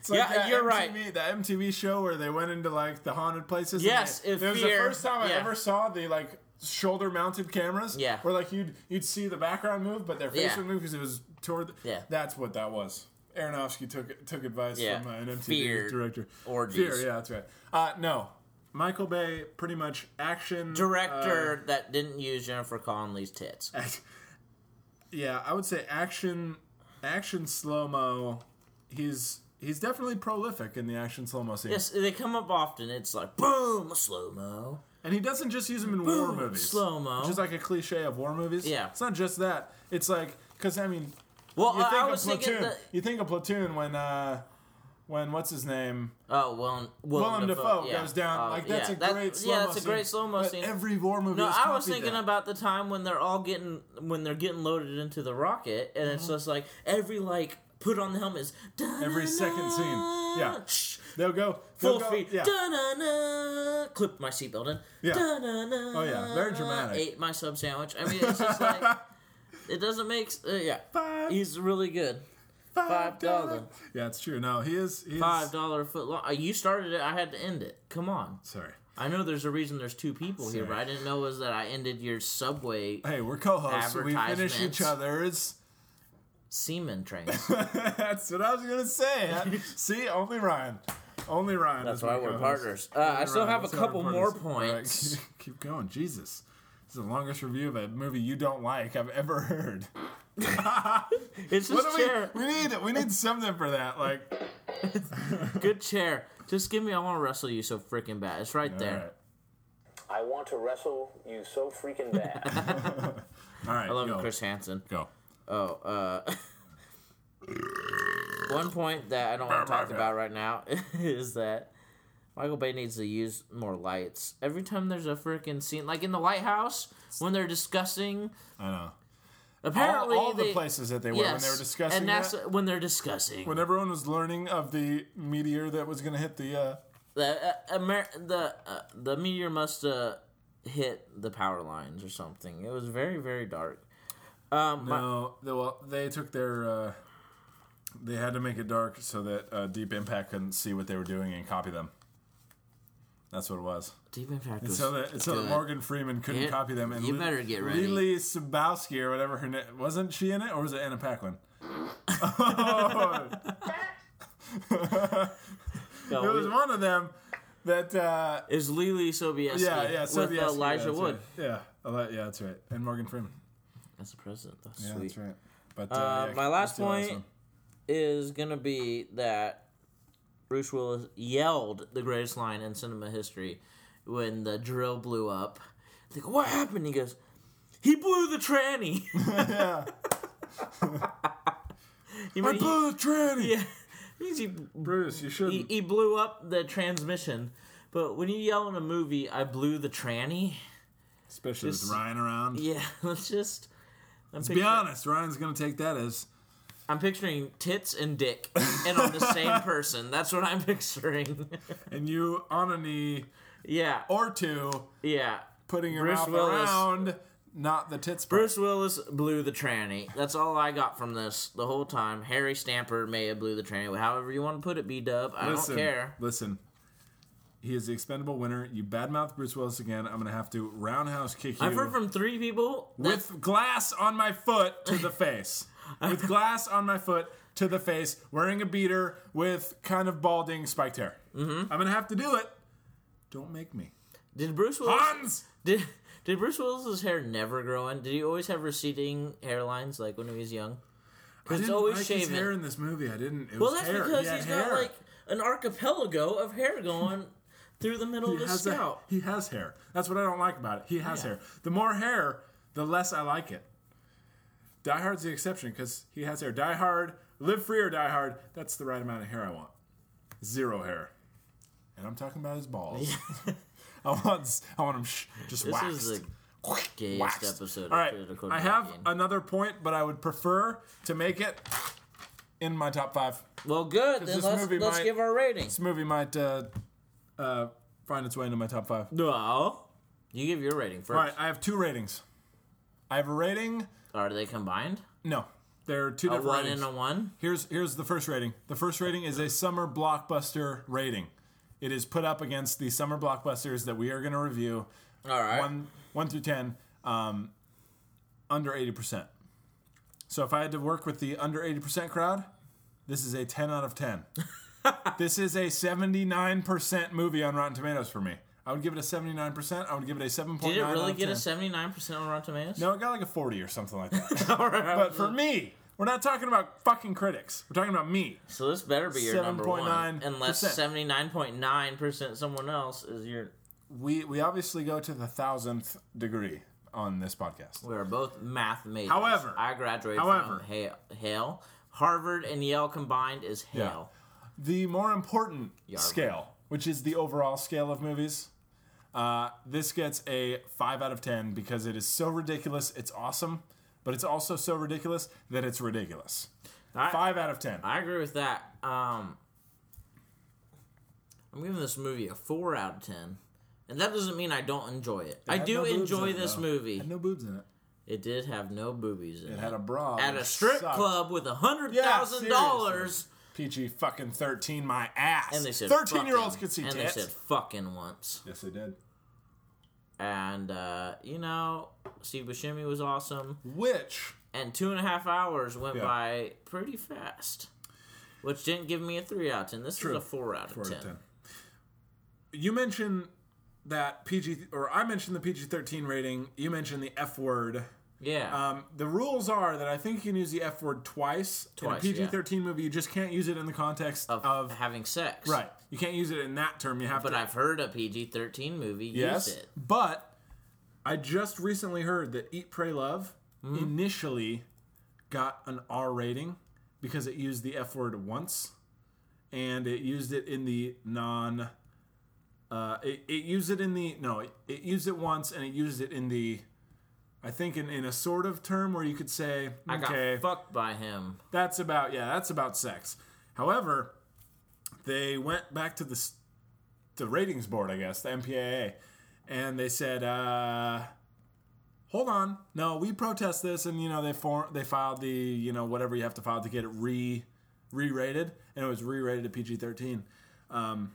S1: It's like
S2: Yeah,
S1: that
S2: you're
S1: MTV,
S2: right.
S1: The MTV show where they went into like the haunted places. and
S2: Yes,
S1: they,
S2: if
S1: it was
S2: fear-
S1: the first time I
S2: yeah.
S1: ever saw the like shoulder-mounted cameras.
S2: Yeah.
S1: where like you'd you'd see the background move, but their face
S2: Yeah.
S1: would move because it was toward. The,
S2: Yeah.
S1: that's what that was. Aronofsky took took advice
S2: Yeah.
S1: from uh, an MTV
S2: Fear
S1: director.
S2: orgies.
S1: Fear, yeah, that's right. Uh, no, Michael Bay, pretty much action uh,
S2: Director that didn't use Jennifer Connelly's tits.
S1: yeah, I would say action, action slow mo. He's he's definitely prolific in the action slow mo scenes,
S2: Yes, they come up often. It's like boom, slow mo.
S1: and he doesn't just use them in war movies.
S2: slow-mo.
S1: which is like a cliche of war movies.
S2: Yeah.
S1: it's not just that. It's like because I mean,
S2: Well,
S1: you think
S2: I, I
S1: of
S2: was
S1: platoon.
S2: thinking that.
S1: You think of platoon when uh, when what's his name
S2: Oh, well, Willem,
S1: Willem Dafoe
S2: yeah.
S1: goes down.
S2: Oh,
S1: like that's
S2: yeah,
S1: a
S2: that-
S1: great slow
S2: yeah, that's a great slow mo
S1: But
S2: scene.
S1: Every war movie.
S2: No,
S1: has
S2: I was
S1: copied
S2: thinking
S1: that.
S2: about the time when they're all getting when they're getting loaded into the rocket, and it's just like every like put on the helmet is
S1: Mm-hmm. Every second scene. Yeah.
S2: Shh.
S1: they'll go
S2: full
S1: they'll go-
S2: speed.
S1: Yeah.
S2: Da-na-na. Clip my seatbelt in.
S1: Yeah.
S2: Da-na-na.
S1: Oh, yeah. Very dramatic.
S2: Ate my sub sandwich. I mean, it's just like it doesn't make. s- Uh, yeah,
S1: Five,
S2: he's really good.
S1: five
S2: dollar.
S1: dollar. Yeah, it's true. No, he is. He is
S2: Five dollar foot long. Uh, You started it. I had to end it. Come on.
S1: Sorry.
S2: I know there's a reason there's two people here,
S1: Sorry.
S2: but I didn't know was that I ended your subway
S1: Hey, we're co-hosts. We finish
S2: Advertisements.
S1: each other's.
S2: semen train.
S1: That's what I was gonna say. See, only Ryan. Only Ryan.
S2: That's
S1: is
S2: why
S1: my
S2: we're
S1: co-host.
S2: partners. Uh, I still
S1: Ryan,
S2: have a
S1: that's why we're
S2: couple more
S1: partners. All right,
S2: points.
S1: keep- keep going. Jesus, this is the longest review of a movie you don't like I've ever heard.
S2: It's
S1: What do
S2: this chair.
S1: we? We need. We need something for that. Like
S2: Good chair. Just give me. I want to wrestle you so freaking bad. It's right there.
S5: I want to wrestle you so freaking bad.
S1: All right.
S2: I love
S1: go.
S2: Chris Hansen.
S1: Go.
S2: Oh, uh, one point that I don't want to talk about right now is that Michael Bay needs to use more lights. Every time there's a freaking scene, like in the lighthouse when they're discussing.
S1: I know. All,
S2: Apparently,
S1: all the
S2: they-
S1: places that they were
S2: Yes,
S1: when they were discussing
S2: and that's
S1: that.
S2: when they're discussing.
S1: When everyone was learning of the meteor that was going to hit the uh,
S2: The uh, Amer- the uh, the meteor must uh, hit the power lines or something. It was very very dark. Um, my-
S1: No, they, well, they took their. Uh, they had to make it dark so that uh, Deep Impact couldn't see what they were doing and copy them. That's what it was.
S2: Deep Impact was
S1: So that so that
S2: good.
S1: Morgan Freeman couldn't
S2: Yeah,
S1: copy them. And
S2: you better get ready.
S1: Lily Sabowski or whatever her name wasn't she in it or was it Anna Paquin?
S2: No,
S1: It was
S2: it-
S1: one of them that. Uh,
S2: it was Lily Sobieski
S1: yeah, yeah. So
S2: with Elijah Wood.
S1: Yeah, Eli- yeah, that's right. And Morgan Freeman.
S2: That's the president. That's
S1: Yeah,
S2: sweet.
S1: that's right. But
S2: Uh,
S1: yeah,
S2: my last
S1: that's the
S2: point
S1: one.
S2: is gonna be that Bruce Willis yelled the greatest line in cinema history when the drill blew up. They go, "What happened?" He goes, "He blew the tranny." You
S1: I
S2: mean, he,
S1: blew the tranny.
S2: yeah, means he,
S1: Bruce, you
S2: he,
S1: shouldn't.
S2: he blew up the transmission. But when you yell in a movie, "I blew the tranny,"
S1: Especially
S2: just-
S1: with Ryan around.
S2: yeah, let's just. I'm
S1: To be honest, Ryan's gonna take that as
S2: I'm picturing tits and dick, and on the same person. That's what I'm picturing.
S1: and you on a knee
S2: yeah,
S1: or two,
S2: yeah.
S1: putting your
S2: Bruce
S1: mouth
S2: Willis.
S1: around, not the tits. part.
S2: Bruce Willis blew the tranny. That's all I got from this the whole time. Harry Stamper may have blew the tranny. However you want to put it, B Dub. I
S1: listen,
S2: don't care.
S1: Listen, he is the expendable winner. You badmouth Bruce Willis again. I'm gonna have to roundhouse kick you
S2: I've heard from three people. That,
S1: with glass on my foot to the face. with glass on my foot to the face, wearing a beater with kind of balding spiked hair. Mm-hmm. I'm gonna have to do it. Don't make me.
S2: did Bruce Willis?
S1: Hans!
S2: Did did Bruce Willis's hair never grow in? Did he always have receding hairlines like when he was young? Because it's
S1: didn't
S2: always
S1: like his
S2: shaven.
S1: hair in this movie. I didn't. It
S2: well,
S1: was
S2: that's
S1: hair.
S2: because
S1: he had
S2: he's
S1: hair.
S2: got like an archipelago of hair going through the middle of
S1: he
S2: his
S1: has a-
S2: scalp.
S1: he has hair. That's what I don't like about it. He has hair. The more hair, the less I like it. Die Hard's the exception because he has hair. Die Hard, Live Free or Die Hard. That's the right amount of hair I want. Zero hair, and I'm talking about his balls. I want, s- I want him sh- just
S2: This
S1: waxed.
S2: is the gayest
S1: Waxed.
S2: episode of
S1: All right,
S2: Critical
S1: I have
S2: Drinking.
S1: another point, but I would prefer to make it in my top five.
S2: Well, good. Then
S1: this
S2: let's,
S1: movie
S2: let's
S1: might-
S2: give our ratings.
S1: This movie might uh, uh, find its way into my top five.
S2: No. You give your rating first.
S1: All right, I have two ratings. I have a rating.
S2: Are they combined?
S1: No, there are two
S2: A
S1: different
S2: one
S1: ratings.
S2: and a one.
S1: Here's here's the first rating. The first rating is a summer blockbuster rating. It is put up against the summer blockbusters that we are going to review.
S2: All right.
S1: One one through ten, um, under eighty percent. So if I had to work with the under eighty percent crowd, this is a ten out of ten. this is a seventy nine percent movie on Rotten Tomatoes for me. I would give it a seventy nine percent. I would give it a seven point
S2: Did it
S1: nine.
S2: really get a seventy nine percent on Rotten Tomatoes?
S1: No, it got like a forty or something like that. but for me, we're not talking about fucking critics. We're talking about me.
S2: So this better be your number one,
S1: 7.9%.
S2: unless seventy nine point nine percent someone else is your.
S1: We we obviously go to the thousandth degree on this podcast.
S2: We are both math majors.
S1: However-
S2: I graduated
S1: however-
S2: from Hale, Hale. Harvard and Yale combined is
S1: Yeah.
S2: Hale.
S1: The more important
S2: Yarb.
S1: scale, which is the overall scale of movies, uh, this gets a five out of ten because it is so ridiculous. It's awesome, but it's also so ridiculous that it's ridiculous.
S2: I-
S1: Five out of ten.
S2: I agree with that. Um, I'm giving this movie a four out of ten, and that doesn't mean I don't enjoy it. I
S1: had
S2: do
S1: no boobs
S2: enjoy
S1: in it,
S2: this
S1: though.
S2: movie.
S1: Had no boobs in it.
S2: It did have no boobies in it.
S1: It had a bra
S2: at
S1: which
S2: a strip
S1: sucked.
S2: club with a hundred
S1: Yeah,
S2: thousand dollars,
S1: seriously. PG fucking thirteen. My ass.
S2: and they said
S1: thirteen year olds
S2: fucking-
S1: could see
S2: and
S1: tits.
S2: they said fucking once.
S1: yes, they did.
S2: And uh, you know, Steve Buscemi was awesome,
S1: Which
S2: and two and a half hours went
S1: Yeah.
S2: by pretty fast, which didn't give me a three out of ten. This
S1: True.
S2: was a four out of
S1: Four out
S2: ten.
S1: of ten. You mentioned that PG, or I mentioned the PG thirteen rating. You mentioned the F word.
S2: Yeah,
S1: Um, the rules are that I think you can use the F word twice, in a
S2: Twice,
S1: PG thirteen movie. You just can't use it in the context Uh, of,
S2: of, having sex,
S1: right. You can't use it in that term. You have
S2: But
S1: to.
S2: I've heard a PG thirteen movie
S1: yes,
S2: use it.
S1: but I just recently heard that Eat, Pray, Love
S2: Mm-hmm.
S1: initially got an R rating because it used the F word once, and it used it in the non. Uh, it, it used it in the no. It, it used it once, and it used it in the. I think in, in a sort of term where you could say,
S2: I got
S1: okay,
S2: fucked by him.
S1: that's about yeah, that's about sex. However, they went back to the s- the ratings board, I guess, the MPAA, and they said, uh, "Hold on, no, we protest this." And you know, they for- they filed the you know whatever you have to file to get it re re-rated, and it was re-rated to PG thirteen. Um,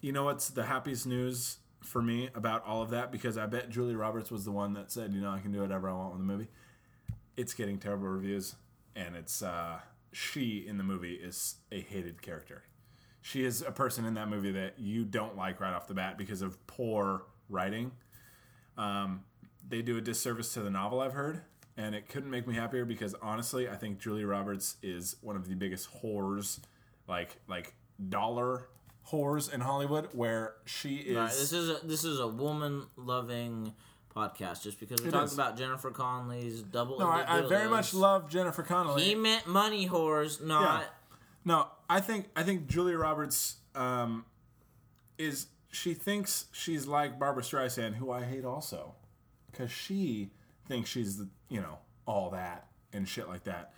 S1: you know what's the happiest news for me about all of that? Because I bet Julie Roberts was the one that said, "You know, I can do whatever I want with the movie." It's getting terrible reviews, and it's uh, she in the movie is a hated character she is a person in that movie that you don't like right off the bat because of poor writing. Um, they do a disservice to the novel, I've heard, and it couldn't make me happier because honestly, I think Julia Roberts is one of the biggest whores, like like dollar whores in Hollywood, where she is.
S2: All right, this is a, this is a woman loving podcast. Just because we
S1: It
S2: talked
S1: is.
S2: about Jennifer Conley's double.
S1: no, I, I very much love Jennifer Connelly.
S2: He meant money whores, not.
S1: Yeah. No, I think I think Julia Roberts um, is she thinks she's like Barbara Streisand, who I hate also, because she thinks she's the, you know all that and shit like that.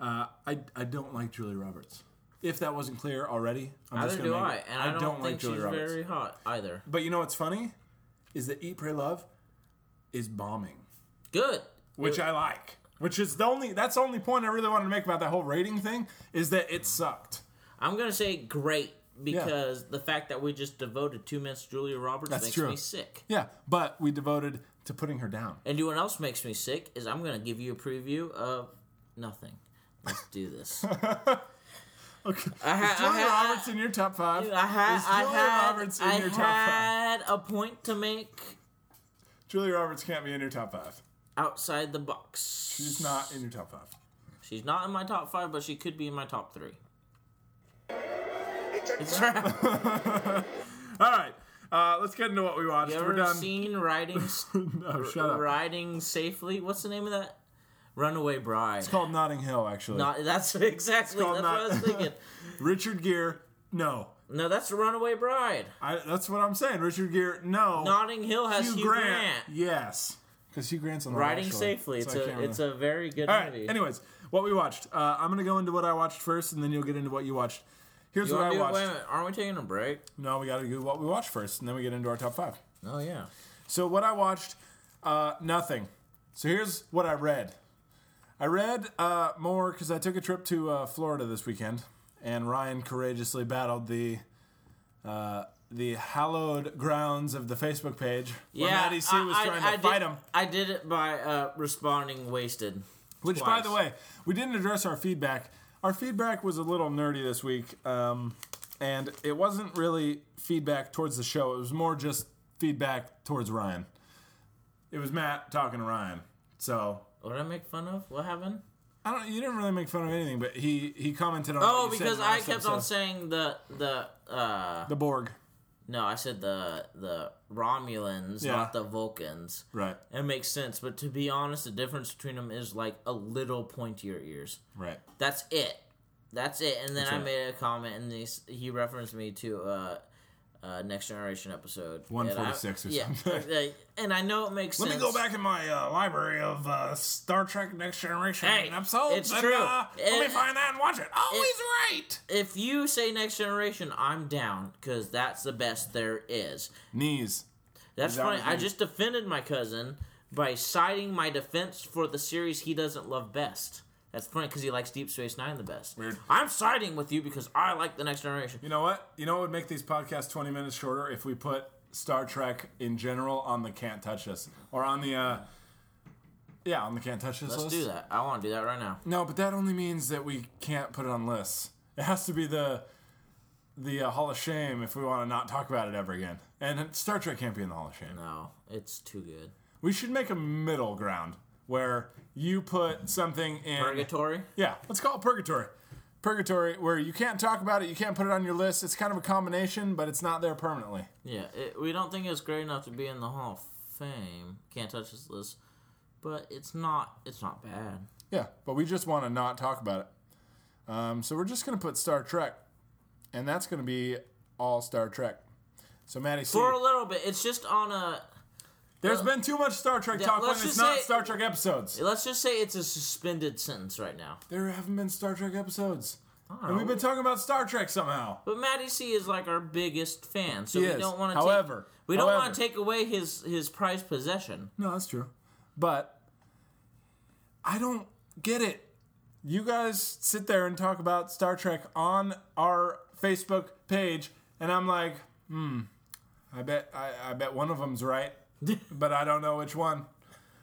S1: Uh, I I don't like Julia Roberts. If that wasn't clear already, I'm
S2: Neither
S1: just
S2: do
S1: gonna
S2: I,
S1: make it-
S2: and I, don't, think she's very hot either.
S1: But you know what's funny is that Eat Pray Love is bombing,
S2: Good.
S1: which I like. Which is the only that's the only point I really wanted to make about that whole rating thing is that it sucked.
S2: I'm gonna say great because the fact that we just devoted two minutes to Julia Roberts
S1: That's
S2: makes
S1: true.
S2: me sick.
S1: Yeah, but we devoted to putting her down.
S2: And you know what else makes me sick is I'm gonna give you a preview of nothing. Let's do this.
S1: Okay.
S2: I ha-
S1: Is Julia
S2: I ha-
S1: Roberts in your top five?
S2: I had,
S1: Is
S2: I
S1: Julia
S2: had,
S1: Roberts in
S2: I
S1: your top five?
S2: had a point to make
S1: Julia Roberts can't be in your top five.
S2: outside the box.
S1: She's not in your top five.
S2: She's not in my top five, but she could be in my top three. It's
S1: All right, uh, let's get into what we watched.
S2: You
S1: We're
S2: ever
S1: done.
S2: seen riding, s-
S1: no, Oh, shut up.
S2: riding safely? What's the name of that? Runaway Bride.
S1: It's called Notting Hill, actually.
S2: Not that's exactly
S1: called
S2: that's
S1: not-
S2: what I was thinking.
S1: Richard Gere, no.
S2: No, that's Runaway Bride.
S1: I, that's what I'm saying. Richard Gere, no.
S2: Notting Hill has Hugh, Grant.
S1: yes. Because Hugh Grant's on the
S2: Riding
S1: actually,
S2: safely.
S1: so I
S2: It's
S1: can't
S2: a
S1: remember.
S2: it's a very good
S1: All right.
S2: movie.
S1: Anyways, what we watched. Uh, I'm gonna go into what I watched first, and then you'll get into what you watched. Here's
S2: You
S1: what
S2: wanna
S1: I
S2: do-
S1: watched.
S2: wait a minute, aren't we taking a break?
S1: No, we got to do what we watched first, and then we get into our top five.
S2: Oh yeah.
S1: So what I watched, uh, nothing. So here's what I read. I read uh, more because I took a trip to uh, Florida this weekend, and Ryan courageously battled the uh, the hallowed grounds of the Facebook page where Maddie C was
S2: I- I-
S1: trying
S2: I
S1: to fight
S2: did,
S1: him.
S2: I did it by uh, responding wasted.
S1: Which, by
S2: twice.
S1: the way, we didn't address our feedback. Our feedback was a little nerdy this week, um, and it wasn't really feedback towards the show. It was more just feedback towards Ryan. It was Matt talking to Ryan. So
S2: What did I make fun of? What happened?
S1: I don't. You didn't really make fun of anything, but he he commented on.
S2: Oh,
S1: what you said
S2: because
S1: in the
S2: I
S1: last
S2: kept on
S1: episode.
S2: saying the the uh
S1: the Borg.
S2: no, I said the the Romulans,
S1: Yeah.
S2: not the Vulcans.
S1: Right.
S2: It makes sense, but to be honest, the difference between them is like a little pointier ears.
S1: Right.
S2: That's it. That's it. And then
S1: That's
S2: I
S1: right.
S2: made a comment, and he, s- he referenced me to uh, uh, Next Generation episode.
S1: 146
S2: And
S1: or
S2: I-
S1: something.
S2: Yeah. uh, and I know it makes
S1: Let me
S2: sense.
S1: go back in my uh, library of uh, Star Trek Next Generation
S2: Hey,
S1: episodes.
S2: it's
S1: and,
S2: true.
S1: Uh, let me
S2: It-
S1: find that and watch it. Oh, he's right.
S2: If you say Next Generation, I'm down, because that's the best there is.
S1: Knees.
S2: That's
S1: that
S2: funny.
S1: what
S2: I
S1: you-
S2: just defended my cousin by citing my defense for the series he doesn't love best. That's funny because he likes Deep Space Nine the best.
S1: Weird.
S2: I'm siding with you because I like the Next Generation.
S1: You know what? You know what would make these podcasts 20 minutes shorter if we put Star Trek in general on the Can't Touch Us. Or on the, uh, yeah, on the Can't Touch Us
S2: Let's
S1: list.
S2: do that. I want to do that right now.
S1: No, but that only means that we can't put it on lists. It has to be the the uh, Hall of Shame if we want to not talk about it ever again. And Star Trek can't be in the Hall of Shame.
S2: No, it's too good.
S1: We should make a middle ground where you put something in.
S2: Purgatory.
S1: Yeah, let's call it purgatory. Purgatory, where you can't talk about it, you can't put it on your list. It's kind of a combination, but it's not there permanently.
S2: Yeah, it, we don't think it's great enough to be in the Hall of Fame. Can't touch this list, but it's not. It's not bad.
S1: Yeah, but we just want to not talk about it. Um, so we're just going to put Star Trek, and that's going to be all Star Trek. So Maddie, C,
S2: For a little bit, it's just on a.
S1: there's been too much Star Trek
S2: Yeah,
S1: talk when
S2: let's
S1: it's
S2: just
S1: not
S2: say-
S1: Star Trek episodes.
S2: Let's just say it's a suspended sentence right now.
S1: There haven't been Star Trek episodes, and
S2: know.
S1: we've been talking about Star Trek somehow.
S2: But Matty C is like our biggest fan, so
S1: He
S2: we
S1: is.
S2: don't want to.
S1: However,
S2: take, we don't
S1: however.
S2: want to take away his his prized possession.
S1: No, that's true. But I don't get it. You guys sit there and talk about Star Trek on our Facebook page, and I'm like, hmm, I bet I, I bet one of them's right, but I don't know which one.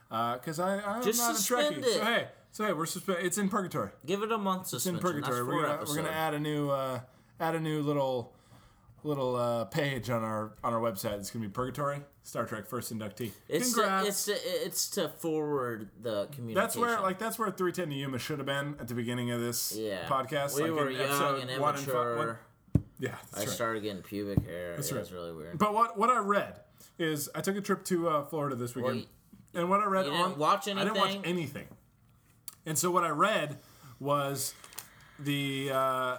S1: Because I I'm
S2: Just
S1: not a Trekkie.
S2: suspend it.
S1: So hey, so hey, we're suspe- It's in purgatory.
S2: Give it a month
S1: It's
S2: suspension.
S1: in purgatory.
S2: That's
S1: We're
S2: 4
S1: gonna we're gonna
S2: episodes.
S1: add a new uh, add a new little little uh, page on our on our website. It's gonna be purgatory. Star Trek first inductee.
S2: It's to,
S1: Congrats.
S2: it's to, it's to forward the communication.
S1: That's where like that's where 310 to Yuma should have been at the beginning of this
S2: yeah
S1: podcast.
S2: We
S1: like in
S2: were young
S1: episode
S2: and
S1: one fi-
S2: immature.
S1: one- yeah, that's
S2: I
S1: right.
S2: started getting pubic hair. That's
S1: right.
S2: It's really weird.
S1: But what what I read is I took a trip to uh, Florida this weekend, and what I read
S2: you didn't
S1: on-
S2: watch
S1: I didn't watch
S2: anything?
S1: anything, and so what I read was the uh,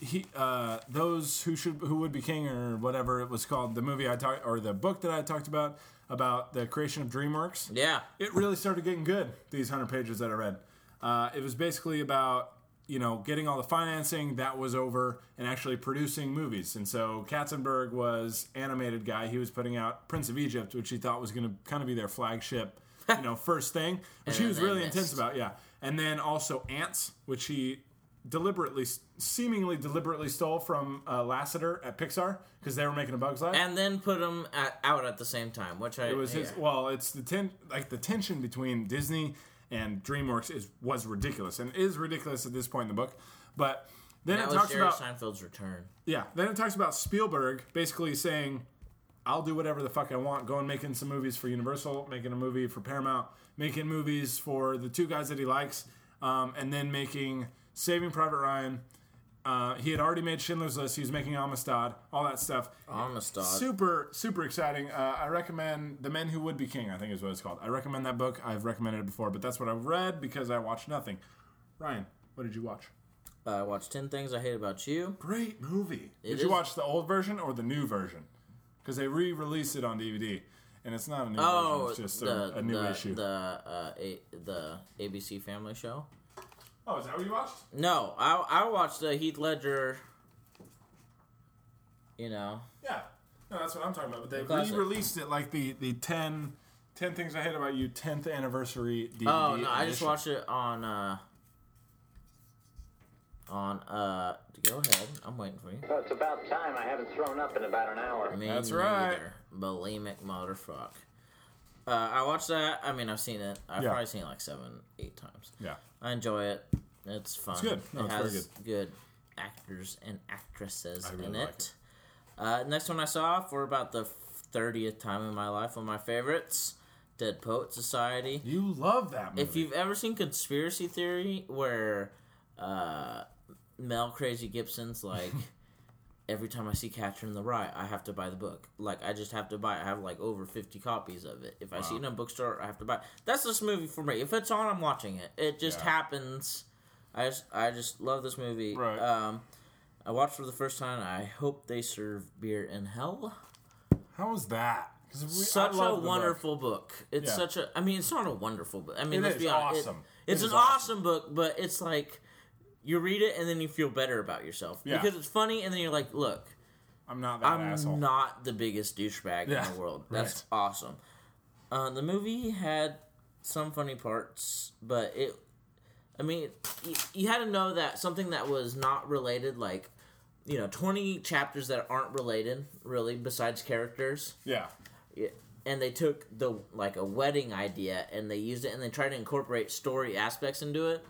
S1: he uh, those who should who would be king or whatever it was called the movie I talked or the book that I talked about about the creation of DreamWorks
S2: yeah,
S1: it really started getting good these 100 pages that i read uh, it was basically about you know getting all the financing that was over and actually producing movies and so katzenberg was animated guy he was putting out prince of egypt which he thought was going to kind of be their flagship you know first thing which he
S2: And
S1: was
S2: then
S1: really
S2: missed.
S1: intense about yeah and then also ants which he deliberately seemingly deliberately stole from uh, lassiter at pixar because they were making a bugs life
S2: and then put them at, out at the same time, which I
S1: it was his.
S2: yeah.
S1: Well, it's the ten, like the tension between Disney and DreamWorks is was ridiculous and is ridiculous at this point in the book. But then
S2: that
S1: it
S2: was
S1: talks
S2: Jerry
S1: about
S2: Seinfeld's return.
S1: yeah. Then it talks about Spielberg basically saying, "I'll do whatever the fuck I want. Going making some movies for Universal, making a movie for Paramount, making movies for the two guys that he likes, um, and then making Saving Private Ryan." Uh, he had already made Schindler's List. He was making Amistad, all that stuff. Uh,
S2: Amistad.
S1: Super, super exciting. Uh, I recommend The Men Who Would Be King, I think is what it's called. I recommend that book. I've recommended it before, but that's what I read because I watched nothing. Ryan, what did you watch?
S2: Uh, I watched Ten Things I Hate About You.
S1: Great movie. did
S2: is-
S1: you watch the old version or the new version? Because they re released it on DVD, and it's not a new
S2: Oh,
S1: version, it's just
S2: the,
S1: a, a new
S2: the,
S1: issue.
S2: the uh, a, the ABC Family Show.
S1: oh, is that what you watched?
S2: No, I I watched the Heath Ledger. You know,
S1: Yeah. No, that's what I'm talking about. But they
S2: Classic.
S1: re released it like the, the 10 Ten Things I Hate About You 10th Anniversary DVD.
S2: Oh no, I just
S1: edition.
S2: watched it on uh on uh go ahead. I'm waiting for you.
S4: So it's about time I haven't thrown up in about an hour.
S2: Me
S1: That's right.
S2: neither. Bulimic motherfuck. Uh, I watched that. I mean, I've seen it. I've
S1: Yeah.
S2: probably seen it like seven, eight times.
S1: Yeah.
S2: I enjoy it. It's fun.
S1: good. No,
S2: it
S1: it's very
S2: has good actors and actresses
S1: really
S2: in
S1: like
S2: it. Uh, next one I saw for about the thirtieth time in my life, one of my favorites, Dead Poet Society.
S1: You love that movie.
S2: If you've ever seen Conspiracy Theory, where uh, Mel Crazy Gibson's like, every time I see Catcher in the Rye, I have to buy the book. Like, I just have to buy it. I have like over 50 copies of it. If I see it in a bookstore, I have to buy it. That's this movie for me. If it's on, I'm watching it. It just
S1: Yeah.
S2: happens. I just, I just love this movie.
S1: Right.
S2: Um, I watched for the first time. I hope they serve beer in hell
S1: How was that? 'Cause we- I
S2: such a
S1: love the book.
S2: wonderful book. It's
S1: Yeah.
S2: such a. I mean, it's not a wonderful book. I mean,
S1: It
S2: let's
S1: is
S2: be honest. it-
S1: awesome.
S2: it's
S1: It
S2: an
S1: is
S2: awesome. book, but it's like you read it and then you feel better about yourself
S1: Yeah.
S2: because it's funny, and then you're like, look,
S1: I'm not that
S2: I'm
S1: asshole.
S2: not the biggest douchebag
S1: Yeah,
S2: in the world. That's
S1: right.
S2: awesome. Uh, the movie had some funny parts, but it. I mean, you, you had to know that something that was not related, like, you know, 20 chapters that aren't related, really, besides characters.
S1: yeah.
S2: Yeah, and they took the like a wedding idea and they used it and they tried to incorporate story aspects into it.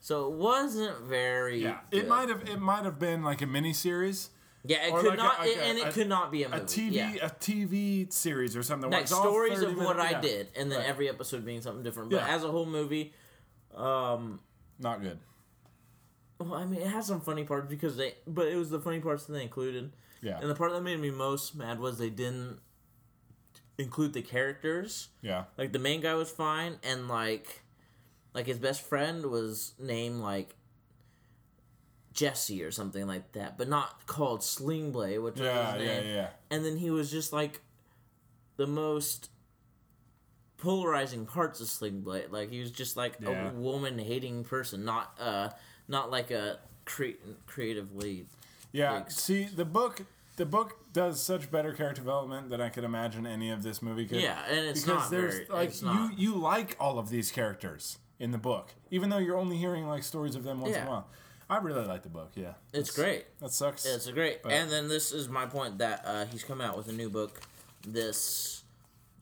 S2: So it wasn't very.
S1: Yeah.
S2: good.
S1: It might have it might have been like a mini series.
S2: Yeah, it
S1: or
S2: could
S1: like a-
S2: not,
S1: like a-
S2: and it
S1: a-
S2: could not be a movie.
S1: A TV
S2: yeah.
S1: a TV series or something. where
S2: like
S1: it's all
S2: stories
S1: 30
S2: of what
S1: minute-
S2: I
S1: yeah.
S2: did, and then
S1: Right.
S2: every episode being something different. But
S1: Yeah.
S2: as a whole movie,
S1: Not good.
S2: well, I mean, it has some funny parts because they, but it was the funny parts that they included.
S1: Yeah.
S2: And the part that made me most mad was they didn't include the characters.
S1: Yeah.
S2: Like the main guy was fine, and like, like his best friend was named like Jesse or something like that, but not called Slingblade, which was
S1: Yeah,
S2: his
S1: yeah,
S2: name.
S1: yeah.
S2: And then he was just like the most polarizing parts of Slingblade. Like he was just like
S1: Yeah.
S2: a woman hating person, not uh, not like a cre- creatively.
S1: Yeah.
S2: Thanks.
S1: See, the book the book does such better character development than I could imagine any of this movie could.
S2: Yeah, and it's
S1: because
S2: not
S1: there's
S2: very-
S1: like
S2: it's
S1: you
S2: not-
S1: you like all of these characters in the book, even though you're only hearing like stories of them once in
S2: Yeah.
S1: a while. I really like the book. Yeah.
S2: It's
S1: That's-
S2: great.
S1: That sucks.
S2: It's a great. and then this is my point that uh, he's come out with a new book this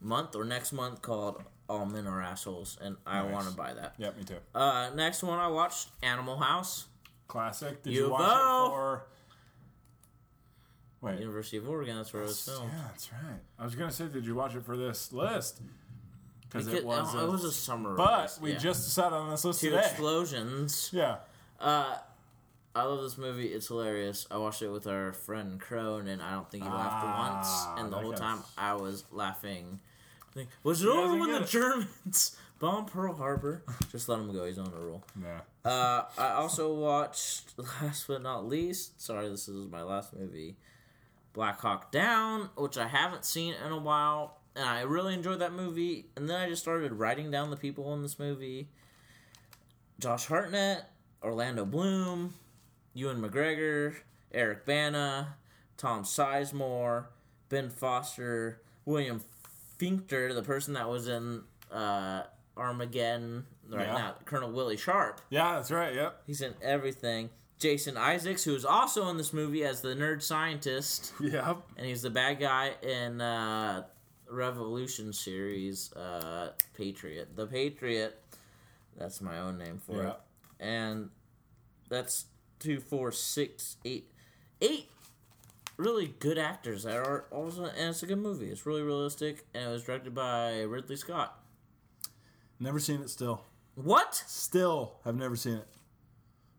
S2: month or next month called All Men Are Assholes, and I
S1: Nice.
S2: want to buy that.
S1: yeah, me too.
S2: Uh, next one I watched Animal House,
S1: Classic. Did
S2: U
S1: you
S2: of
S1: watch
S2: O.
S1: it for? Wait.
S2: University of Oregon. That's where it was
S1: Yeah,
S2: filmed.
S1: that's right. I was gonna say, did you watch it for this list? Because it was.
S2: it,
S1: a-
S2: um, was a summer.
S1: but
S2: release,
S1: we
S2: yeah.
S1: just decided on this list
S2: two
S1: today.
S2: explosions.
S1: Yeah.
S2: I love this movie. It's hilarious. I watched it with our friend Crone, and I don't think he laughed
S1: Ah,
S2: once. And the
S1: that
S2: whole
S1: guy's-
S2: time I was laughing. Like, was it
S1: doesn't
S2: over when
S1: get
S2: the
S1: it.
S2: Germans bombed Pearl Harbor? Just let him go. He's on a roll.
S1: Yeah.
S2: Uh, I also watched, last but not least, sorry, this is my last movie, Black Hawk Down, which I haven't seen in a while, and I really enjoyed that movie. And then I just started writing down the people in this movie Josh Hartnett, Orlando Bloom, Ewan McGregor, Eric Bana, Tom Sizemore, Ben Foster, William Finkter, the person that was in uh, Armageddon right
S1: Yeah.
S2: now, Colonel Willie Sharp.
S1: Yeah, that's right. Yep.
S2: He's in everything. Jason Isaacs, who is also in this movie as the nerd scientist,
S1: Yep.
S2: and he's the bad guy in uh, Revolution series uh, Patriot. The Patriot. That's my own name for
S1: Yeah.
S2: it. And that's two, four, six, eight, eight really good actors that are also, and it's a good movie. It's really realistic, and it was directed by Ridley Scott.
S1: Never seen it. Still,
S2: What?
S6: Still have never seen it.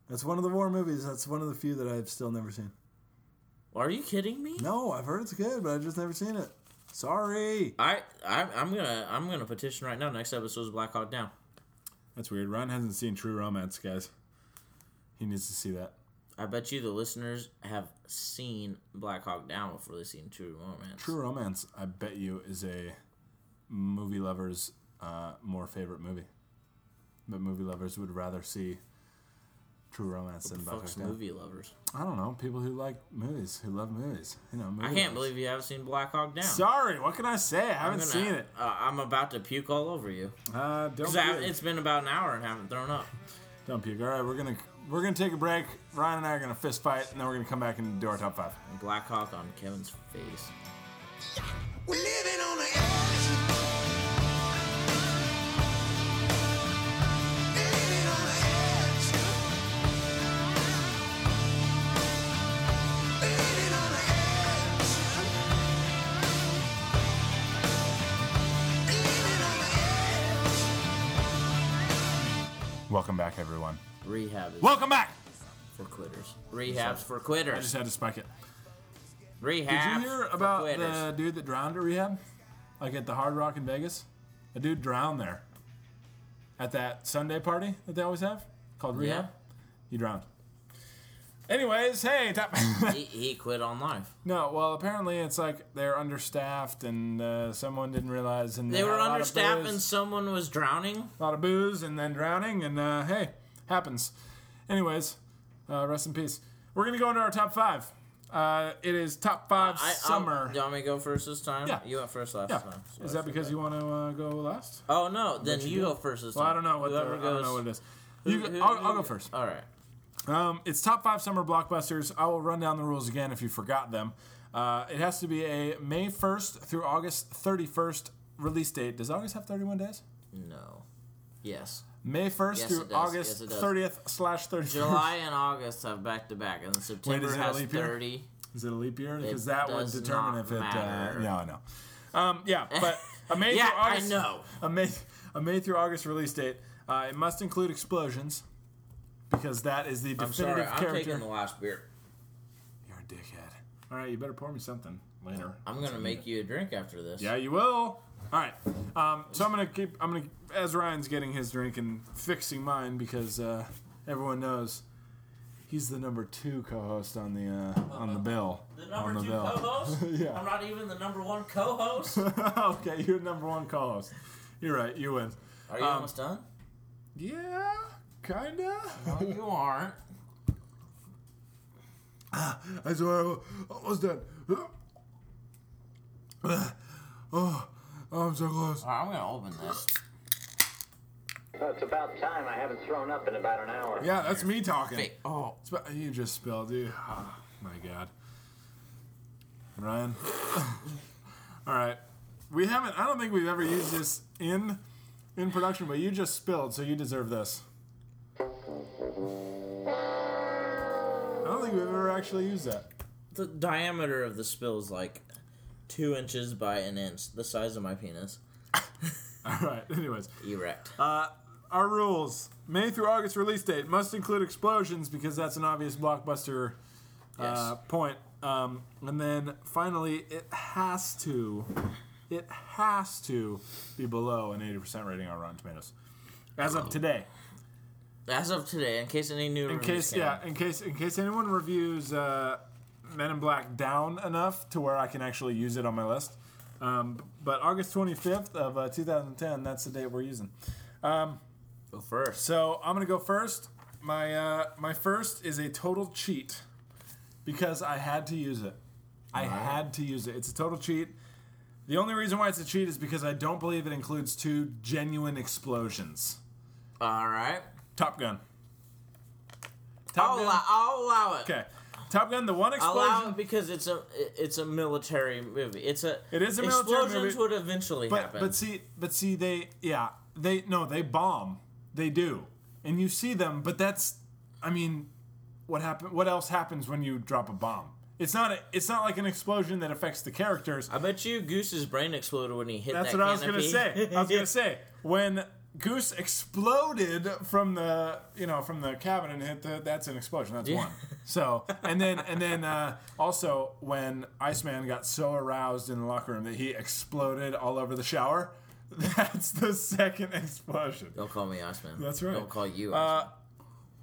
S6: That's one of the war movies. That's one of the few that I've still never seen.
S2: Are you kidding me?
S6: No, I've heard it's good, but I've just never seen it. Sorry.
S2: I, I I'm gonna I'm gonna petition right now. Next episode is Black Hawk Down.
S1: that's weird. Ryan hasn't seen True Romance, guys. He needs to see that.
S2: I bet you the listeners have seen Black Hawk Down before they seen True Romance.
S1: True Romance, I bet you, is a movie lover's uh, more favorite movie. But movie lovers would rather see
S6: True Romance and
S2: Fuck's
S6: Buckeye.
S2: movie lovers.
S6: I don't know. People who like movies, who love movies. You know,
S2: I
S6: movie
S2: can't
S6: lovers.
S2: believe you haven't seen Black Hawk Down.
S1: Sorry, what can I say? I
S2: I'm
S1: haven't
S2: gonna-
S1: seen it.
S2: Uh, I'm about to puke all over you.
S6: Uh, don't
S2: 'Cause I haven't-
S6: puke.
S2: it's been about an hour and haven't thrown up.
S6: Don't puke.
S1: All right, we're gonna we're gonna take a break. Ryan and I are gonna fist fight, and then we're gonna come back and do our top five.
S2: And Black Hawk on Kevin's face.
S3: We're living on the edge. Living on the edge. Living on the edge. Living on the edge.
S1: Welcome back, everyone.
S2: Rehab is
S1: Welcome back.
S2: for quitters. Rehab's for quitters.
S1: I just had to spike it. Did
S2: Rehab.
S1: you hear
S2: for
S1: about
S2: quitters.
S1: the dude that drowned at rehab? Like at the Hard Rock in Vegas? A dude drowned there. At that Sunday party that they always have called rehab.
S2: Yeah.
S1: He drowned. Anyways, hey, top.
S2: He, he quit on life.
S1: no, well, apparently it's like they're understaffed and uh, someone didn't realize. And
S2: They
S1: had
S2: were
S1: a lot of
S2: understaffed
S1: booze.
S2: and someone was drowning.
S1: a lot of booze and then drowning and uh, hey happens anyways uh, rest in peace we're gonna go into our top five uh, it is top five
S2: I, I'll-
S1: summer
S2: Do you want me to go first this time?
S1: Yeah.
S2: You went first last
S1: yeah.
S2: time. so
S1: is
S2: I
S1: that because
S2: forgot.
S1: you want to uh, go last
S2: Oh no, then you go first this time.
S1: well, I don't know what the, I
S2: Whoever
S1: don't know what it is you,
S2: who-
S1: go-
S2: who-
S1: I'll, I'll
S2: who-
S1: go first
S2: All right.
S1: um, it's top five summer blockbusters I will run down the rules again if you forgot them uh, it has to be a May 1st through August 31st release date does August have 31 days
S2: No. Yes.
S1: May 1st
S2: Yes,
S1: through
S2: it does. Yes,
S1: August
S2: it does.
S1: 30th slash 31st
S2: July and August have back to back, and then September
S1: is it a
S2: has
S1: leap year?
S2: thirty.
S1: Is it a leap year? Because
S2: It
S1: that would
S2: does
S1: determine
S2: not
S1: if it. Uh,
S2: matter.
S1: yeah, I know. Um, yeah, but a May
S2: Yeah,
S1: through
S2: I
S1: August,
S2: know.
S1: A May, a May through August release date. Uh, it must include explosions because that is the
S2: I'm
S1: definitive
S2: sorry, I'm
S1: character.
S2: taking the last beer.
S1: You're a dickhead. All right, you better pour me something later.
S2: I'm gonna make you a drink after this.
S1: Yeah, you will. All right. Um, so I'm gonna keep. I'm gonna as Ryan's getting his drink and fixing mine because uh, everyone knows he's the number two co-host on the uh, on the bill.
S2: The
S1: on
S2: number
S1: the
S2: two
S1: bill.
S2: co-host.
S1: Yeah.
S2: I'm not even the number one co-host.
S1: okay, you're number one co-host. You're right. You win.
S2: Are you almost done?
S1: Yeah, kinda.
S2: No, you aren't.
S1: I swear, I'm almost done. Oh, I'm so close.
S2: All right, I'm gonna open this.
S4: So it's about time I haven't thrown up in about an hour.
S1: Yeah, that's me talking.
S2: Hey, oh,
S1: Sp- You just spilled, dude. Oh, my God. Ryan. All right. We haven't. I don't think we've ever used this in in production, but you just spilled, so you deserve this. I don't think we've ever actually used that.
S2: the diameter of the spill is like two inches by an inch, the size of my penis.
S1: All right. Anyways,
S2: Erect.
S1: Uh, our rules: May through August release date must include explosions because that's an obvious blockbuster
S2: yes.
S1: uh, point. Um, and then finally, it has to, it has to be below an 80% rating on Rotten Tomatoes as of today.
S2: As of today, in case any new
S1: In
S2: reviews
S1: case,
S2: came
S1: yeah,
S2: out.
S1: in case, in case anyone reviews uh, Men in Black down enough to where I can actually use it on my list. Um, but August 25th of uh, 2010, that's the date we're using.
S2: go first.
S1: So I'm gonna go first. My uh, my first is a total cheat because I had to use it. I had to use it. It's a total cheat. The only reason why it's a cheat is because I don't believe it includes two genuine explosions.
S2: All right,
S1: Top Gun.
S2: I'll
S1: Top Gun.
S2: allow, I'll allow it.
S1: Okay. Top Gun. The one explosion.
S2: Allow it because it's a it's a military movie. It's a
S1: It is a military
S2: explosions
S1: movie.
S2: would eventually
S1: but
S2: happen.
S1: but see but see they yeah they no they bomb they do and you see them but that's I mean what happen what else happens when you drop a bomb it's not a, it's not like an explosion that affects the characters
S2: I bet you Goose's brain exploded when he hit
S1: that's
S2: that
S1: what I was
S2: canopy.
S1: gonna say I was gonna say when Goose exploded from the you know from the cabin and hit the that's an explosion that's one so and then and then uh, also when Iceman got so aroused in the locker room that he exploded all over the shower. That's the second explosion.
S2: Don't call me Iceman.
S1: That's right.
S2: Don't call you.
S1: Uh,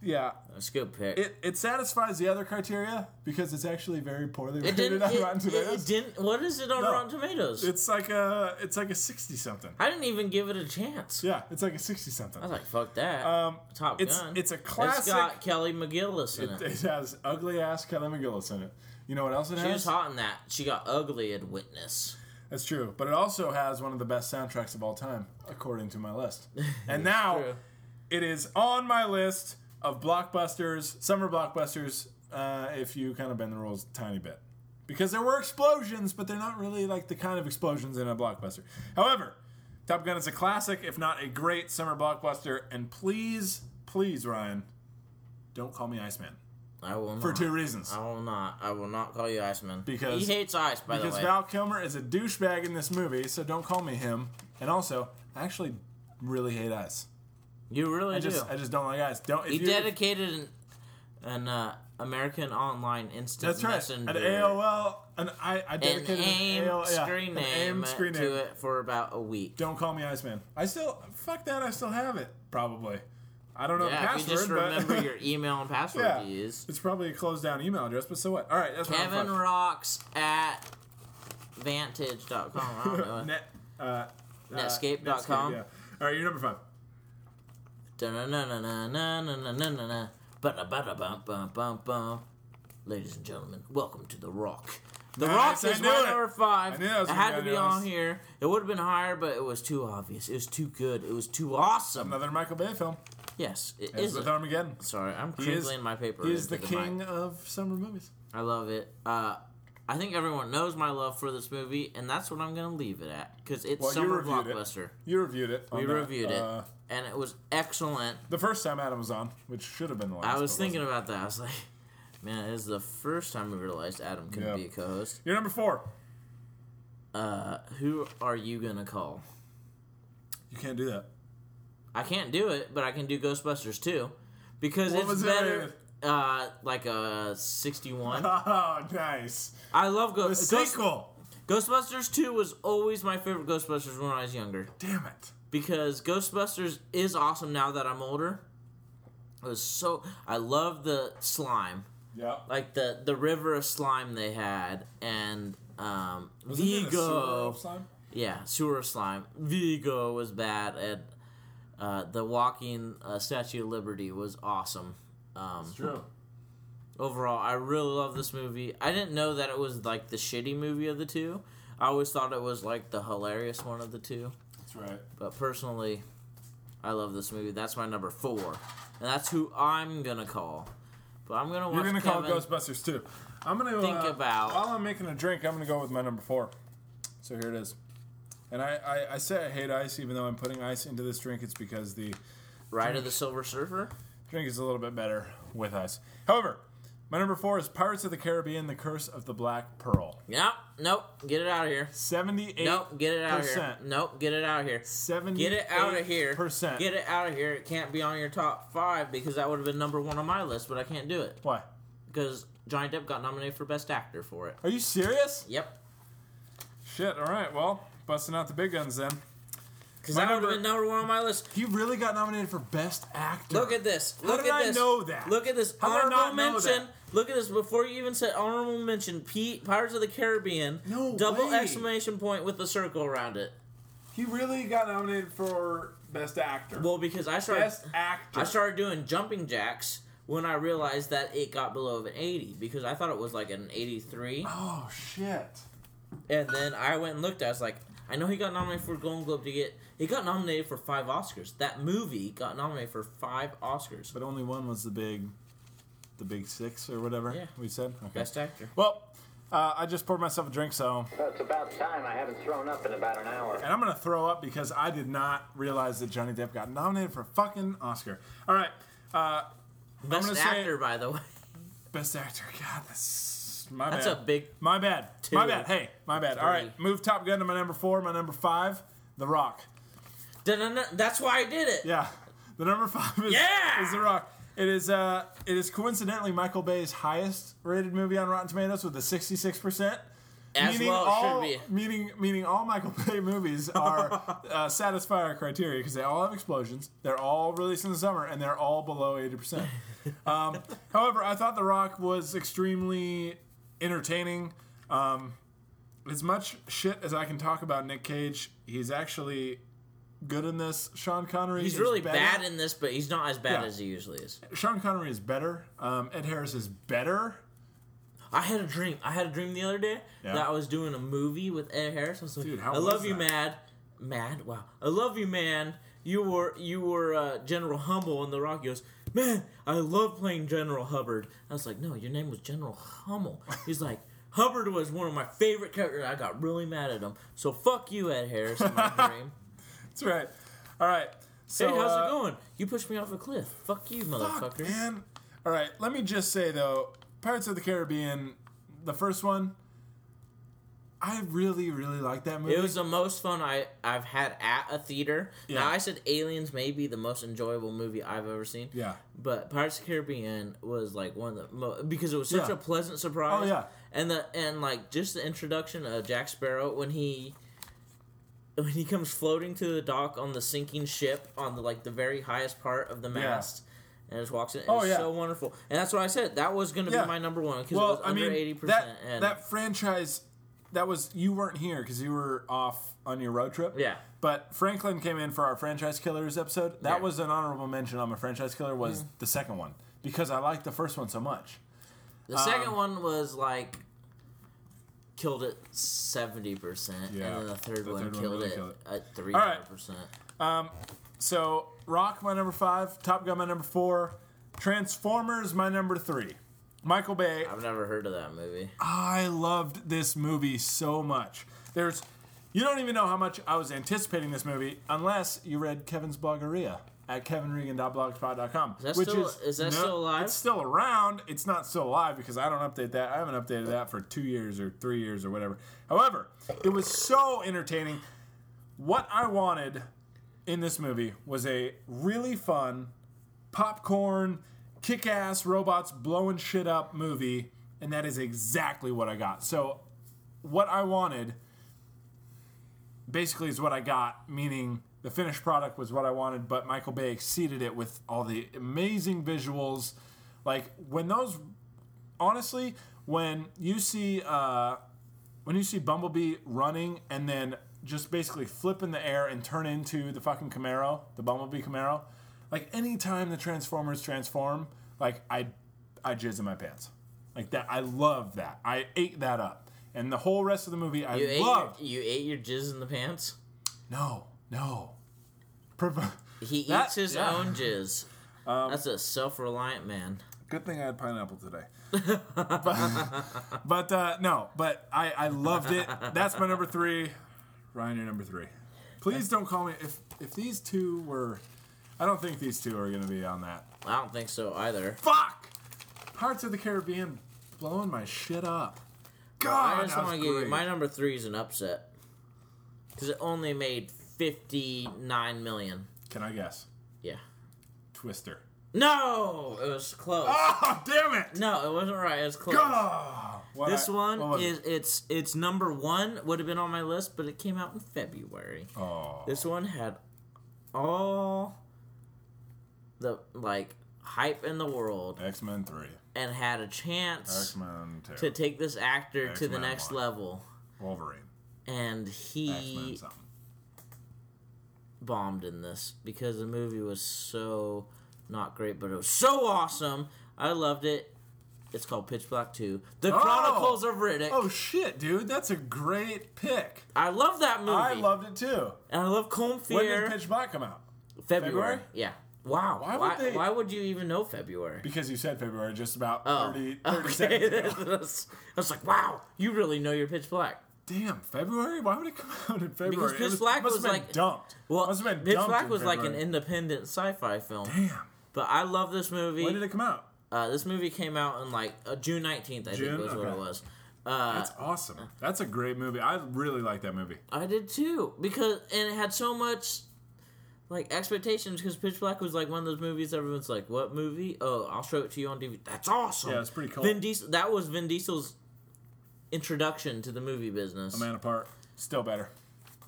S1: Yeah,
S2: That's a good pick.
S1: it, it satisfies the other criteria because it's actually very poorly rated
S2: It didn't.
S1: on
S2: It,
S1: Rotten
S2: it-
S1: Tomatoes.
S2: it didn't. What is it on
S1: No.
S2: Rotten Tomatoes?
S1: it's like a it's like a sixty something.
S2: I didn't even give it a chance.
S1: Yeah, it's like a sixty something.
S2: I was like, fuck that.
S1: Um,
S2: Top
S1: it's-
S2: Gun.
S1: it's a
S2: It's got
S1: classic-
S2: Kelly McGillis in it.
S1: It has ugly ass Kelly McGillis in it. You know what else it
S2: She was
S1: has?
S2: hot in that. She got ugly in Witness.
S1: That's true. But it also has one of the best soundtracks of all time, according to my list. And now
S2: true.
S1: it is on my list of blockbusters, summer blockbusters, uh, if you kind of bend the rules a tiny bit. Because there were explosions, but they're not really like the kind of explosions in a blockbuster. However, Top Gun is a classic, if not a great summer blockbuster. And please, please, Ryan, don't call me Iceman
S2: I will not.
S1: for two reasons.
S2: I will not. I will not call you Iceman.
S1: Because-
S2: he hates ice. By the
S1: Because
S2: way,
S1: Val Kilmer is a douchebag in this movie, so don't call me him. And also, I actually really hate ice.
S2: you really
S1: I
S2: do.
S1: just I just don't like ice. Don't if
S2: he
S1: you,
S2: dedicated an, an uh, American Online Instant
S1: That's right. An
S2: Messenger.
S1: AOL an I, I
S2: an
S1: dedicated
S2: AIM
S1: an AOL, yeah,
S2: screen
S1: an
S2: name
S1: AIM screen
S2: to
S1: name.
S2: it for about a week.
S1: Don't call me Iceman. I still fuck that. I still have it probably. I don't know the
S2: yeah, if
S1: password,
S2: you just
S1: but
S2: remember your email and password
S1: yeah,
S2: to use.
S1: it's probably a closed down email address. But so what? All right, that's what I'm
S2: Kevin
S1: fucking-
S2: rocks at vantage.com. I don't know.
S1: Net, uh,
S2: Netscape
S1: Uh,
S2: dot com.
S1: Netscape, yeah. All right, you're number five.
S2: Da-na-na-na-na-na-na-na-na. Ba-da-ba-da-bum-bum-bum-bum. Ladies and gentlemen, welcome to The Rock. The
S1: Nice,
S2: Rock
S1: I
S2: is
S1: knew
S2: my
S1: it.
S2: number five.
S1: I knew that was
S2: it
S1: gonna
S2: had
S1: be on
S2: to be
S1: your
S2: on
S1: list.
S2: here. It would have been higher, but it was too obvious. It was too good. It was too awesome.
S1: Another Michael Bay film.
S2: yes, it
S1: As
S2: is.
S1: with
S2: a-
S1: Armageddon.
S2: Sorry, I'm
S1: He is-
S2: crinkling my paper.
S1: He is the,
S2: into mic.
S1: king of summer movies.
S2: I love it. Uh, I think everyone knows my love for this movie, and that's what I'm going to leave it at because it's
S1: Well, you
S2: summer
S1: reviewed it.
S2: blockbuster.
S1: You reviewed it.
S2: We
S1: on that,
S2: reviewed it,
S1: uh,
S2: and it was excellent.
S1: the first time Adam was on, which should have been the last.
S2: I was
S1: but
S2: thinking
S1: wasn't.
S2: about that. I was like, man, it is the first time we realized Adam couldn't
S1: Yeah.
S2: be a co-host.
S1: You're number four.
S2: Who are you gonna call?
S1: You can't do that.
S2: I can't do it, but I can do Ghostbusters too, because
S1: What
S2: it's
S1: was it
S2: better. uh, like a sixty-one.
S1: Oh, nice.
S2: I love
S1: The
S2: Go- Ghost-
S1: sequel.
S2: Ghostbusters two was always my favorite Ghostbusters when I was younger.
S1: Damn it.
S2: because Ghostbusters is awesome now that I'm older. It was so I love the slime,
S1: Yeah.
S2: like the the river of slime they had, and um, Vigo, yeah, sewer of slime. Vigo was bad, and uh, the walking uh, Statue of Liberty was awesome. Um,
S1: True.
S2: overall, I really love this movie. I didn't know that it was like the shitty movie of the two. I always thought it was like the hilarious one of the two.
S1: That's right.
S2: But personally, I love this movie. That's my number four, and that's who I'm gonna call. But I'm gonna watch.
S1: You're gonna
S2: Kevin.
S1: call it Ghostbusters too. I'm gonna
S2: Think
S1: uh,
S2: about-
S1: While I'm making a drink, I'm gonna go with my number four. So here it is. And I, I, I say I hate ice, even though I'm putting ice into this drink. It's because the
S2: Ride of the Silver Surfer.
S1: drink is a little bit better with ice. However, my number four is Pirates of the Caribbean: The Curse of the Black Pearl.
S2: Nope, nope. Get it out of here.
S1: Seventy-eight.
S2: Nope, get it out of here. Nope, get it out of here.
S1: Seventy.
S2: Get it out of here.
S1: Percent.
S2: Get it out of here. It can't be on your top five because that would have been number one on my list, but I can't do it
S1: Why?
S2: because Johnny Depp got nominated for Best Actor for it.
S1: Are you serious?
S2: Yep.
S1: Shit. All right. Well, busting out the big guns then.
S2: Because
S1: My
S2: that would have
S1: number-
S2: been number one on my list.
S1: He really got nominated for best actor.
S2: Look at this.
S1: How
S2: Look
S1: did
S2: at
S1: I
S2: this.
S1: know that?
S2: Look at this
S1: How did I
S2: honorable
S1: not know
S2: mention.
S1: that?
S2: Look at this before you even said honorable mention. Pete, Pirates of the Caribbean.
S1: No
S2: double
S1: way.
S2: exclamation point with a circle around it.
S1: He really got nominated for best actor.
S2: Well, because I started
S1: best actor.
S2: I started doing jumping jacks when I realized that it got below an 80 because I thought it was like an 83
S1: oh shit.
S2: and then I went and looked I was like I know he got nominated for Golden Globe to get he got nominated for 5 Oscars. That movie got nominated for 5 Oscars.
S1: But only one was the big, the big six or whatever
S2: Yeah.
S1: we said. Okay.
S2: Best actor.
S1: Well, uh, I just poured myself a drink, so
S4: So it's about time I haven't thrown up in about an hour.
S1: and I'm gonna throw up because I did not realize that Johnny Depp got nominated for a fucking Oscar. All right. Uh,
S2: Best
S1: gonna say-
S2: actor by the way.
S1: Best actor. God, that's my
S2: That's
S1: bad.
S2: a big
S1: My bad. My
S2: two.
S1: bad. Hey, my bad. All right.
S2: Three.
S1: Move Top Gun to my number four. My number five, The Rock.
S2: Da-da-da. That's why I did it.
S1: Yeah. The number five is,
S2: Yeah!
S1: is The Rock. It is uh it is coincidentally Michael Bay's highest rated movie on Rotten Tomatoes with a sixty six percent.
S2: As
S1: meaning
S2: well, it should
S1: all
S2: be.
S1: meaning meaning all Michael Bay movies are uh, satisfy our criteria because they all have explosions. They're all released in the summer and they're all below eighty percent. Um, however, I thought The Rock was extremely entertaining. Um, as much shit as I can talk about Nick Cage, he's actually good in this. Sean Connery,
S2: He's
S1: is
S2: really
S1: better.
S2: bad in this, but he's not as bad
S1: Yeah.
S2: as he usually is.
S1: Sean Connery is better. Um, Ed Harris is better.
S2: I had a dream. I had a dream the other day
S1: Yeah.
S2: that I was doing a movie with Ed Harris. I was like,
S1: Dude, how
S2: I
S1: was
S2: love you,
S1: that?"
S2: Mad. Mad. Wow. I love you, man. You were you were uh, General Humble in The Rock. He goes, man. I love playing General Hubbard. I was like, no, your name was General Hummel. He's like. Hubbard was one of my favorite characters. I got really mad at him. So fuck you, Ed Harris. In my dream.
S1: That's right. All right.
S2: Hey,
S1: So
S2: how's
S1: uh,
S2: it going? You pushed me off a cliff. Fuck you,
S1: Fuck,
S2: motherfucker.
S1: man. All right, let me just say though, Pirates of the Caribbean, the first one, I really, really like that movie.
S2: It was the most fun I, I've had at a theater.
S1: Yeah.
S2: Now, I said Aliens may be the most enjoyable movie I've ever seen.
S1: yeah,
S2: But Pirates of the Caribbean was like one of the mo- because it was such
S1: Yeah.
S2: a pleasant surprise.
S1: Oh, yeah.
S2: And the and like just the introduction of Jack Sparrow when he when he comes floating to the dock on the sinking ship on the like the very highest part of the mast and just walks in. It
S1: Oh,
S2: was
S1: yeah.
S2: so wonderful. And that's what I said. That was going to
S1: Yeah.
S2: be my number one because it
S1: well,
S2: was
S1: I
S2: under
S1: mean,
S2: eighty percent.
S1: that
S2: And
S1: that franchise, that was you weren't here because you were off on your road trip.
S2: Yeah.
S1: But Franklin came in for our franchise killers episode. That
S2: Yeah. Mm.
S1: was an honorable mention on my franchise killer was the second one because I liked the first one so much.
S2: The
S1: Um,
S2: second one was like killed it seventy percent,
S1: Yeah,
S2: and then the third
S1: the
S2: one
S1: third one
S2: killed
S1: really
S2: it
S1: killed it.
S2: at three
S1: right.
S2: hundred percent.
S1: So Rock my number five, Top Gun my number four, Transformers my number three. Michael Bay
S2: I've never heard of that movie.
S1: I loved this movie so much. There's, you don't even know how much I was anticipating this movie unless you read Kevin's bloggeria at kevinregan.blogspot.com.
S2: that still- is that still alive?
S1: It's still around. It's not still alive because I don't update that. I haven't updated that for two years or three years or whatever. However, it was so entertaining. What I wanted in this movie was a really fun popcorn, kick ass robots blowing shit up movie, and that is exactly what I got. So, what I wanted basically is what I got, meaning the finished product was what I wanted, but Michael Bay exceeded it with all the amazing visuals. Like, when those, honestly, when you see, uh, when you see Bumblebee running and then just basically flip in the air and turn into the fucking Camaro, the Bumblebee Camaro, like anytime the Transformers transform, like I, I jizz in my pants, like that. I love that. I ate that up, and the whole rest of the movie I
S2: You ate your,
S1: loved.
S2: you ate your jizz in the pants.
S1: No, no. Prov-
S2: He
S1: That-
S2: eats his
S1: yeah. Um,
S2: own jizz. That's a self-reliant man.
S1: Good thing I had pineapple today. but but uh, no, but I, I loved it. That's my number three. Ryan, your number three. Please don't call me if if these two were. I don't think these two are going to be on that.
S2: I don't think so either.
S1: Fuck! Parts of the Caribbean blowing my shit up. God,
S2: I just
S1: that
S2: want to
S1: was
S2: give you
S1: great.
S2: my number three is an upset because it only made fifty-nine million.
S1: Can I guess?
S2: Yeah.
S1: Twister.
S2: No, it was close.
S1: Oh damn it!
S2: No, it wasn't right. It was close.
S1: God! What
S2: This
S1: I-
S2: one
S1: what was
S2: is
S1: it?
S2: it's it's number one would have been on my list, but it came out in February.
S1: Oh.
S2: This one had all the like hype in the world
S1: X Men Three.
S2: and had a chance
S1: X Men Two.
S2: to take this actor to the
S1: X-Men
S2: next
S1: one.
S2: level,
S1: Wolverine.
S2: and
S1: X Men
S2: he
S1: something.
S2: bombed in this because the movie was so not great, but it was so awesome. I loved it. It's called Pitch Black Two: The
S1: Oh!
S2: Chronicles of Riddick.
S1: Oh shit, dude, that's a great pick.
S2: I love that movie.
S1: I loved it too.
S2: and I love Colm
S1: When
S2: Fear.
S1: did Pitch Black come out?
S2: February.
S1: February?
S2: Yeah. Wow.
S1: Why
S2: Why
S1: would
S2: would,
S1: they-
S2: why, would you even know February?
S1: Because you said February, just about
S2: Oh,
S1: 30, 30
S2: okay.
S1: seconds ago.
S2: That's- I was like, wow, you really know your Pitch Black.
S1: Damn, February? Why would it come out in February?
S2: Because
S1: It
S2: Pitch Black
S1: must
S2: was
S1: have been
S2: like-
S1: dumped.
S2: Well,
S1: must have been
S2: Pitch
S1: dumped
S2: Black
S1: in
S2: was like an
S1: February.
S2: independent sci-fi film.
S1: Damn.
S2: But I love this
S1: When
S2: movie.
S1: did it come out?
S2: uh, this movie came out in like uh, June nineteenth, I
S1: June?
S2: think was what
S1: Okay.
S2: it was. Uh,
S1: That's awesome. That's a great movie. I really like that movie.
S2: I did too because and it had so much like expectations because Pitch Black was like one of those movies everyone's like, "What movie? Oh, I'll show it to you on DVD." That's awesome.
S1: Yeah, it's pretty cool.
S2: Vin Diesel. That was Vin Diesel's introduction to the movie business.
S1: A Man Apart. Still better.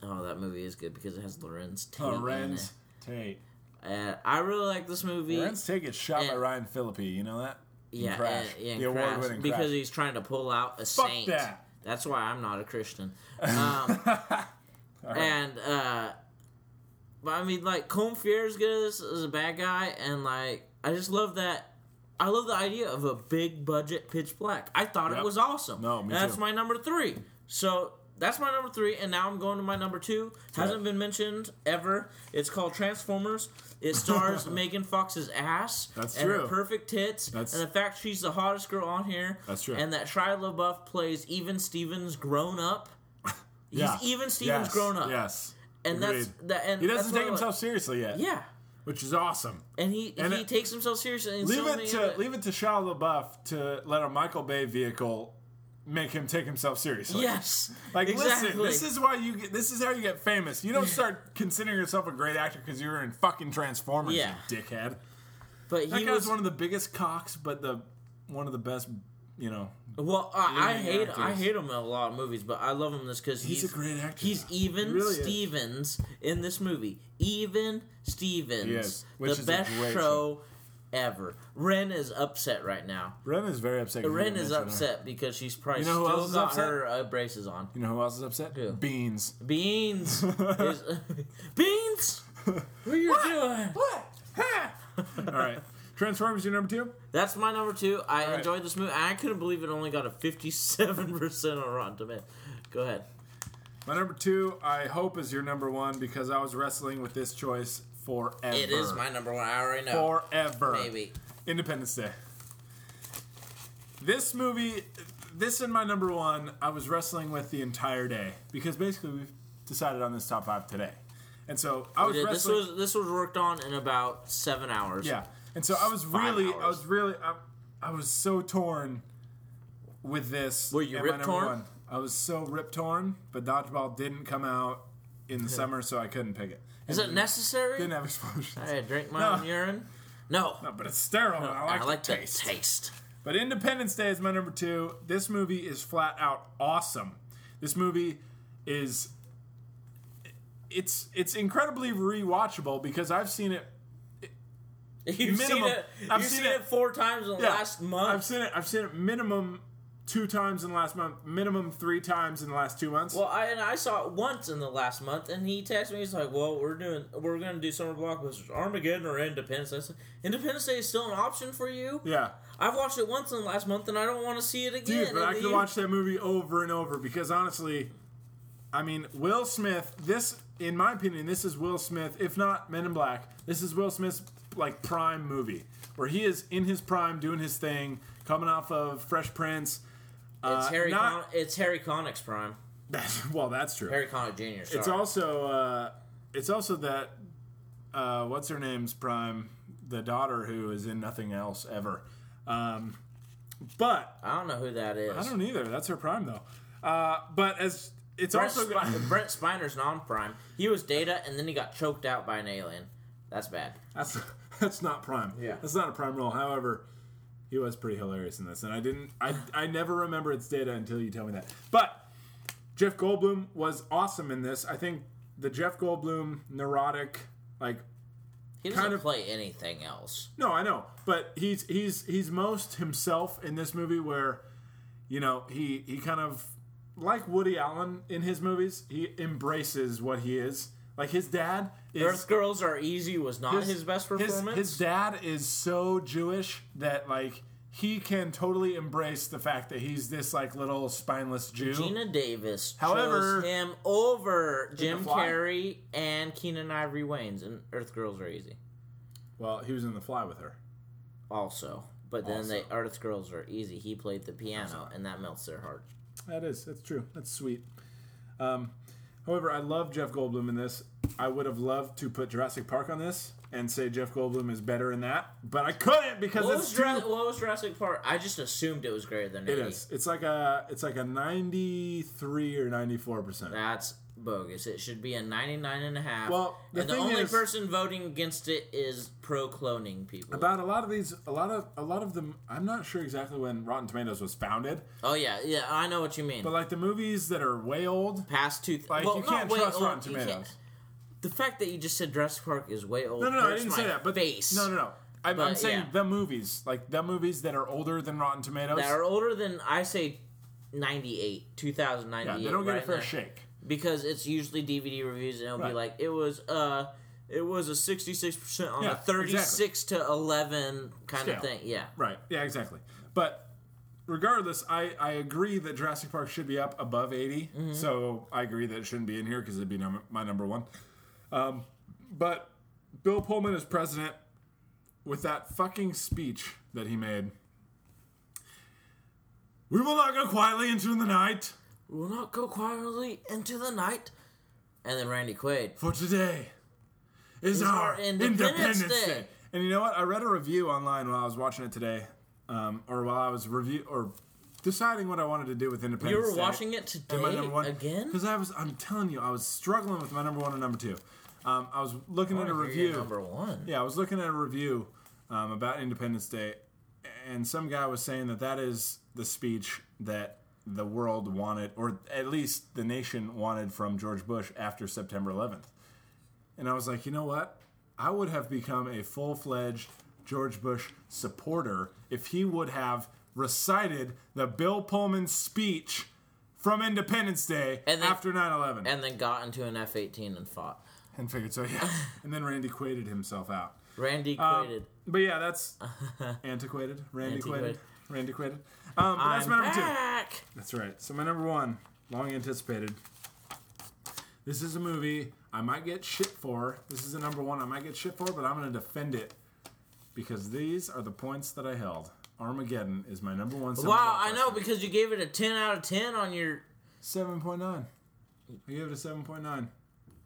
S2: Oh, that movie is good because it has Lorenz Tate.
S1: Oh,
S2: in
S1: Ren's Tate.
S2: it. And I really like this movie.
S1: Ren's Tate gets shot by
S2: And-
S1: Ryan Phillippe. You know that? In
S2: yeah,
S1: Crash.
S2: and- yeah, and
S1: the
S2: Crash,
S1: award-winning
S2: because
S1: Crash.
S2: he's trying to pull out a
S1: Fuck
S2: saint.
S1: that.
S2: That's why I'm not a Christian. Um, And uh, but I mean, like Colm Fear's good as, as a bad guy, and like I just love that. I love the idea of a big budget Pitch Black. I thought it
S1: Yep.
S2: was awesome.
S1: No, me
S2: And That's
S1: too.
S2: my number three. So that's my number three, and now I'm going to my number two. Hasn't been mentioned ever. It's called Transformers. It stars Megan Fox's ass.
S1: That's
S2: and her
S1: true.
S2: perfect tits.
S1: That's-
S2: and the fact she's the hottest girl on here.
S1: That's true.
S2: And that Shia LaBeouf plays even Stevens grown up. He's
S1: Yeah.
S2: even Stevens
S1: Yes,
S2: grown up.
S1: Yes.
S2: And that's
S1: Agreed.
S2: that. And
S1: He
S2: that's
S1: doesn't
S2: what
S1: take
S2: I like.
S1: himself seriously yet.
S2: Yeah,
S1: Which is awesome.
S2: and he
S1: And
S2: he
S1: it-
S2: takes himself seriously. And
S1: Leave
S2: so
S1: it
S2: many
S1: to
S2: other-
S1: leave it to Shia LaBeouf to let a Michael Bay vehicle make him take himself seriously.
S2: Yes,
S1: Like,
S2: exactly.
S1: listen, this is why you get, this is how you get famous. You don't start considering yourself a great actor because you were in fucking Transformers,
S2: Yeah.
S1: you dickhead.
S2: but
S1: That
S2: he
S1: guy's
S2: was
S1: one of the biggest cocks, but the one of the best, you know.
S2: well. I, I
S1: Yeah,
S2: hate I
S1: actors.
S2: hate him in a lot of movies, but I love him in this because
S1: He's
S2: he's,
S1: a great actor,
S2: He's
S1: though.
S2: even
S1: He really is.
S2: Stevens in this movie. Even Stevens,
S1: He is, which
S2: the
S1: is a
S2: best
S1: great
S2: show ever. Ren is upset right now.
S1: Ren is very upset. 'cause we
S2: Ren
S1: didn't
S2: is
S1: mention her.
S2: upset because she's probably
S1: You know who else
S2: still
S1: is
S2: got
S1: upset?
S2: her uh, braces on.
S1: You know who else is upset?
S2: Who?
S1: Beans.
S2: Beans, is, beans, what are you doing?
S1: What? All right. Transformers, your number two.
S2: That's my number two. I
S1: right.
S2: enjoyed this movie. I couldn't believe it only got a 57% on Rotten Tomatoes. Go ahead.
S1: My number two, I hope, is your number one because I was wrestling with this choice forever.
S2: It is my number one. I already know.
S1: forever.
S2: Maybe.
S1: Independence Day. This movie, this and my number one, I was wrestling with the entire day because basically we've decided on this top five today, and so I was
S2: This
S1: wrestling.
S2: was this was worked on in about seven hours.
S1: yeah, and so I was
S2: Five
S1: really, I
S2: hours.
S1: was really, I, I was so torn with this.
S2: Were you
S1: and my
S2: rip
S1: number
S2: torn?
S1: one. I was so rip torn, but dodgeball didn't come out in the summer, so I couldn't pick it.
S2: Is it necessary?
S1: Didn't have explosions.
S2: I drank my
S1: No.
S2: own urine. No.
S1: No, but it's sterile. and I like,
S2: I like
S1: the
S2: the
S1: taste.
S2: taste.
S1: But Independence Day is my number two. This movie is flat out awesome. This movie is it's it's incredibly rewatchable because I've seen it.
S2: You've
S1: Minimum.
S2: seen it.
S1: I've
S2: you've
S1: seen
S2: seen,
S1: it-
S2: it, four times in the last
S1: I've
S2: month.
S1: seen it. I've seen it minimum two times in the last month. Minimum three times in the last two months.
S2: well, I and I saw it once in the last month, and he texted me. He's like, "Well, we're doing, we're gonna do summer blockbusters, Armageddon or Independence." Day." I said, Independence Day is still an option for you.
S1: yeah,
S2: I've watched it once in the last month, and I don't want to see it again.
S1: dude, but I
S2: And
S1: could
S2: you-
S1: watch that movie over and over because honestly, I mean, Will Smith. This, in my opinion, this is Will Smith, if not Men in Black. This is Will Smith's like prime movie where he is in his prime, doing his thing, coming off of Fresh Prince.
S2: It's
S1: uh,
S2: Harry.
S1: not-
S2: Con- it's Harry Connick's prime.
S1: well, that's true.
S2: Harry Connick Jr. Sorry.
S1: It's also uh, it's also that uh, what's her name's prime the daughter who is in nothing else ever. Um, but
S2: I don't know who that is.
S1: I don't either. That's her prime though. Uh, but as it's
S2: Brent,
S1: also
S2: Sp- Brent Spiner's non-prime. He was Data, and then he got choked out by an alien. That's bad.
S1: that's that's not prime.
S2: Yeah.
S1: that's not a prime role. However, he was pretty hilarious in this, and I didn't. I I never remember its data until you tell me that. But Jeff Goldblum was awesome in this. I think the Jeff Goldblum neurotic like
S2: He doesn't
S1: Kind of-
S2: play anything else.
S1: No, I know, but he's he's he's most himself in this movie where, you know, he he kind of like Woody Allen in his movies. He embraces what he is. Like his dad is
S2: Earth Girls Are Easy was not his, best performance.
S1: His, dad is so Jewish that like he can totally embrace the fact that he's this like little spineless Jew.
S2: Gina Davis
S1: However-
S2: chose him over
S1: The
S2: Jim
S1: Fly?
S2: Carrey and Keenan Ivory Wayans, and Earth Girls Are Easy
S1: Well, he was in The Fly with her.
S2: also. But then
S1: Also.
S2: they Earth Girls Are Easy. He played the piano, and that melts their heart.
S1: That is. That's true. That's sweet. Um, however, I love Jeff Goldblum in this. I would have loved to put Jurassic Park on this and say Jeff Goldblum is better in that, but I couldn't because
S2: What
S1: it's
S2: was,
S1: too.
S2: Jura- what was Jurassic Park? I just assumed it was greater than
S1: it
S2: 80.
S1: is. It's like a. It's like a ninety-three or ninety-four percent.
S2: That's bogus. It should be a 99 and a half.
S6: Well, the
S2: and the
S6: thing
S2: only
S6: is-
S2: person voting against it is pro cloning people.
S1: About a lot of these, a lot of a lot of them. I'm not sure exactly when Rotten Tomatoes was founded,
S2: oh yeah, yeah, I know what you mean.
S1: but like the movies that are way old,
S2: Past two,
S1: like
S2: well,
S1: you
S2: no,
S1: can't
S2: wait,
S1: trust
S2: hold on,
S1: Rotten
S2: you can't-
S1: Tomatoes.
S2: The fact that you just said Jurassic Park is way old.
S1: No, no, no, I
S2: hurts
S1: didn't
S2: my
S1: say that. But
S2: face.
S1: No, no, no. I'm, I'm
S2: But,
S1: saying
S2: yeah.
S1: the movies, like the movies that are older than Rotten Tomatoes.
S2: that are older than I say 98, 2098.
S1: yeah, they don't get
S2: right
S1: a fair
S2: there.
S1: shake.
S2: Because it's usually DVD reviews and it'll be
S1: Right.
S2: like it was uh it was a 66% on
S1: Yeah,
S2: a 36 to 11 kind
S1: Scale.
S2: of thing. Yeah.
S1: Right. Yeah, exactly. But regardless, I, I agree that Jurassic Park should be up above 80. So I agree that it shouldn't be in here because it'd be num- my number one. Um, but Bill Pullman is president with that fucking speech that he made. We will not go quietly into the night,
S2: We'll not go quietly into the night. And then Randy Quaid.
S1: for today is our,
S2: our
S1: Independence,
S2: Independence
S1: Day.
S2: Day.
S1: And you know what? I read a review online while I was watching it today, um, or while I was review or deciding what I wanted to do with Independence.
S2: You were
S1: Day.
S2: watching it today
S1: And my number one
S2: again?
S1: because I was. I'm telling you, I was struggling with my number one and number two. Um, I was looking at a
S2: wanna hear your
S1: review.
S2: Number one.
S1: Yeah, I was looking at a review um, about Independence Day, and some guy was saying that that is the speech that the world wanted, or at least the nation wanted from George Bush after September 11th. And I was like, you know what? I would have become a full fledged George Bush supporter if he would have recited the Bill Pullman speech from Independence Day
S2: And then-
S1: after 9 11
S2: And then got into an F 18 and fought.
S1: and figured so, yeah. and then Randy quated himself out.
S2: Randy
S1: Um,
S2: Quaid.
S1: but yeah, that's antiquated, randiquated,
S2: Antiquated.
S1: randiquated. Um, but that's
S2: I'm
S1: my number two.
S2: back.
S1: That's right. So my number one, long anticipated. This is a movie I might get shit for. This is a number one I might get shit for, but I'm going to defend it because these are the points that I held. Armageddon is my number one.
S2: Wow, I know because you gave it a 10 out of 10 on your
S1: Seven point nine. I gave it a seven point nine.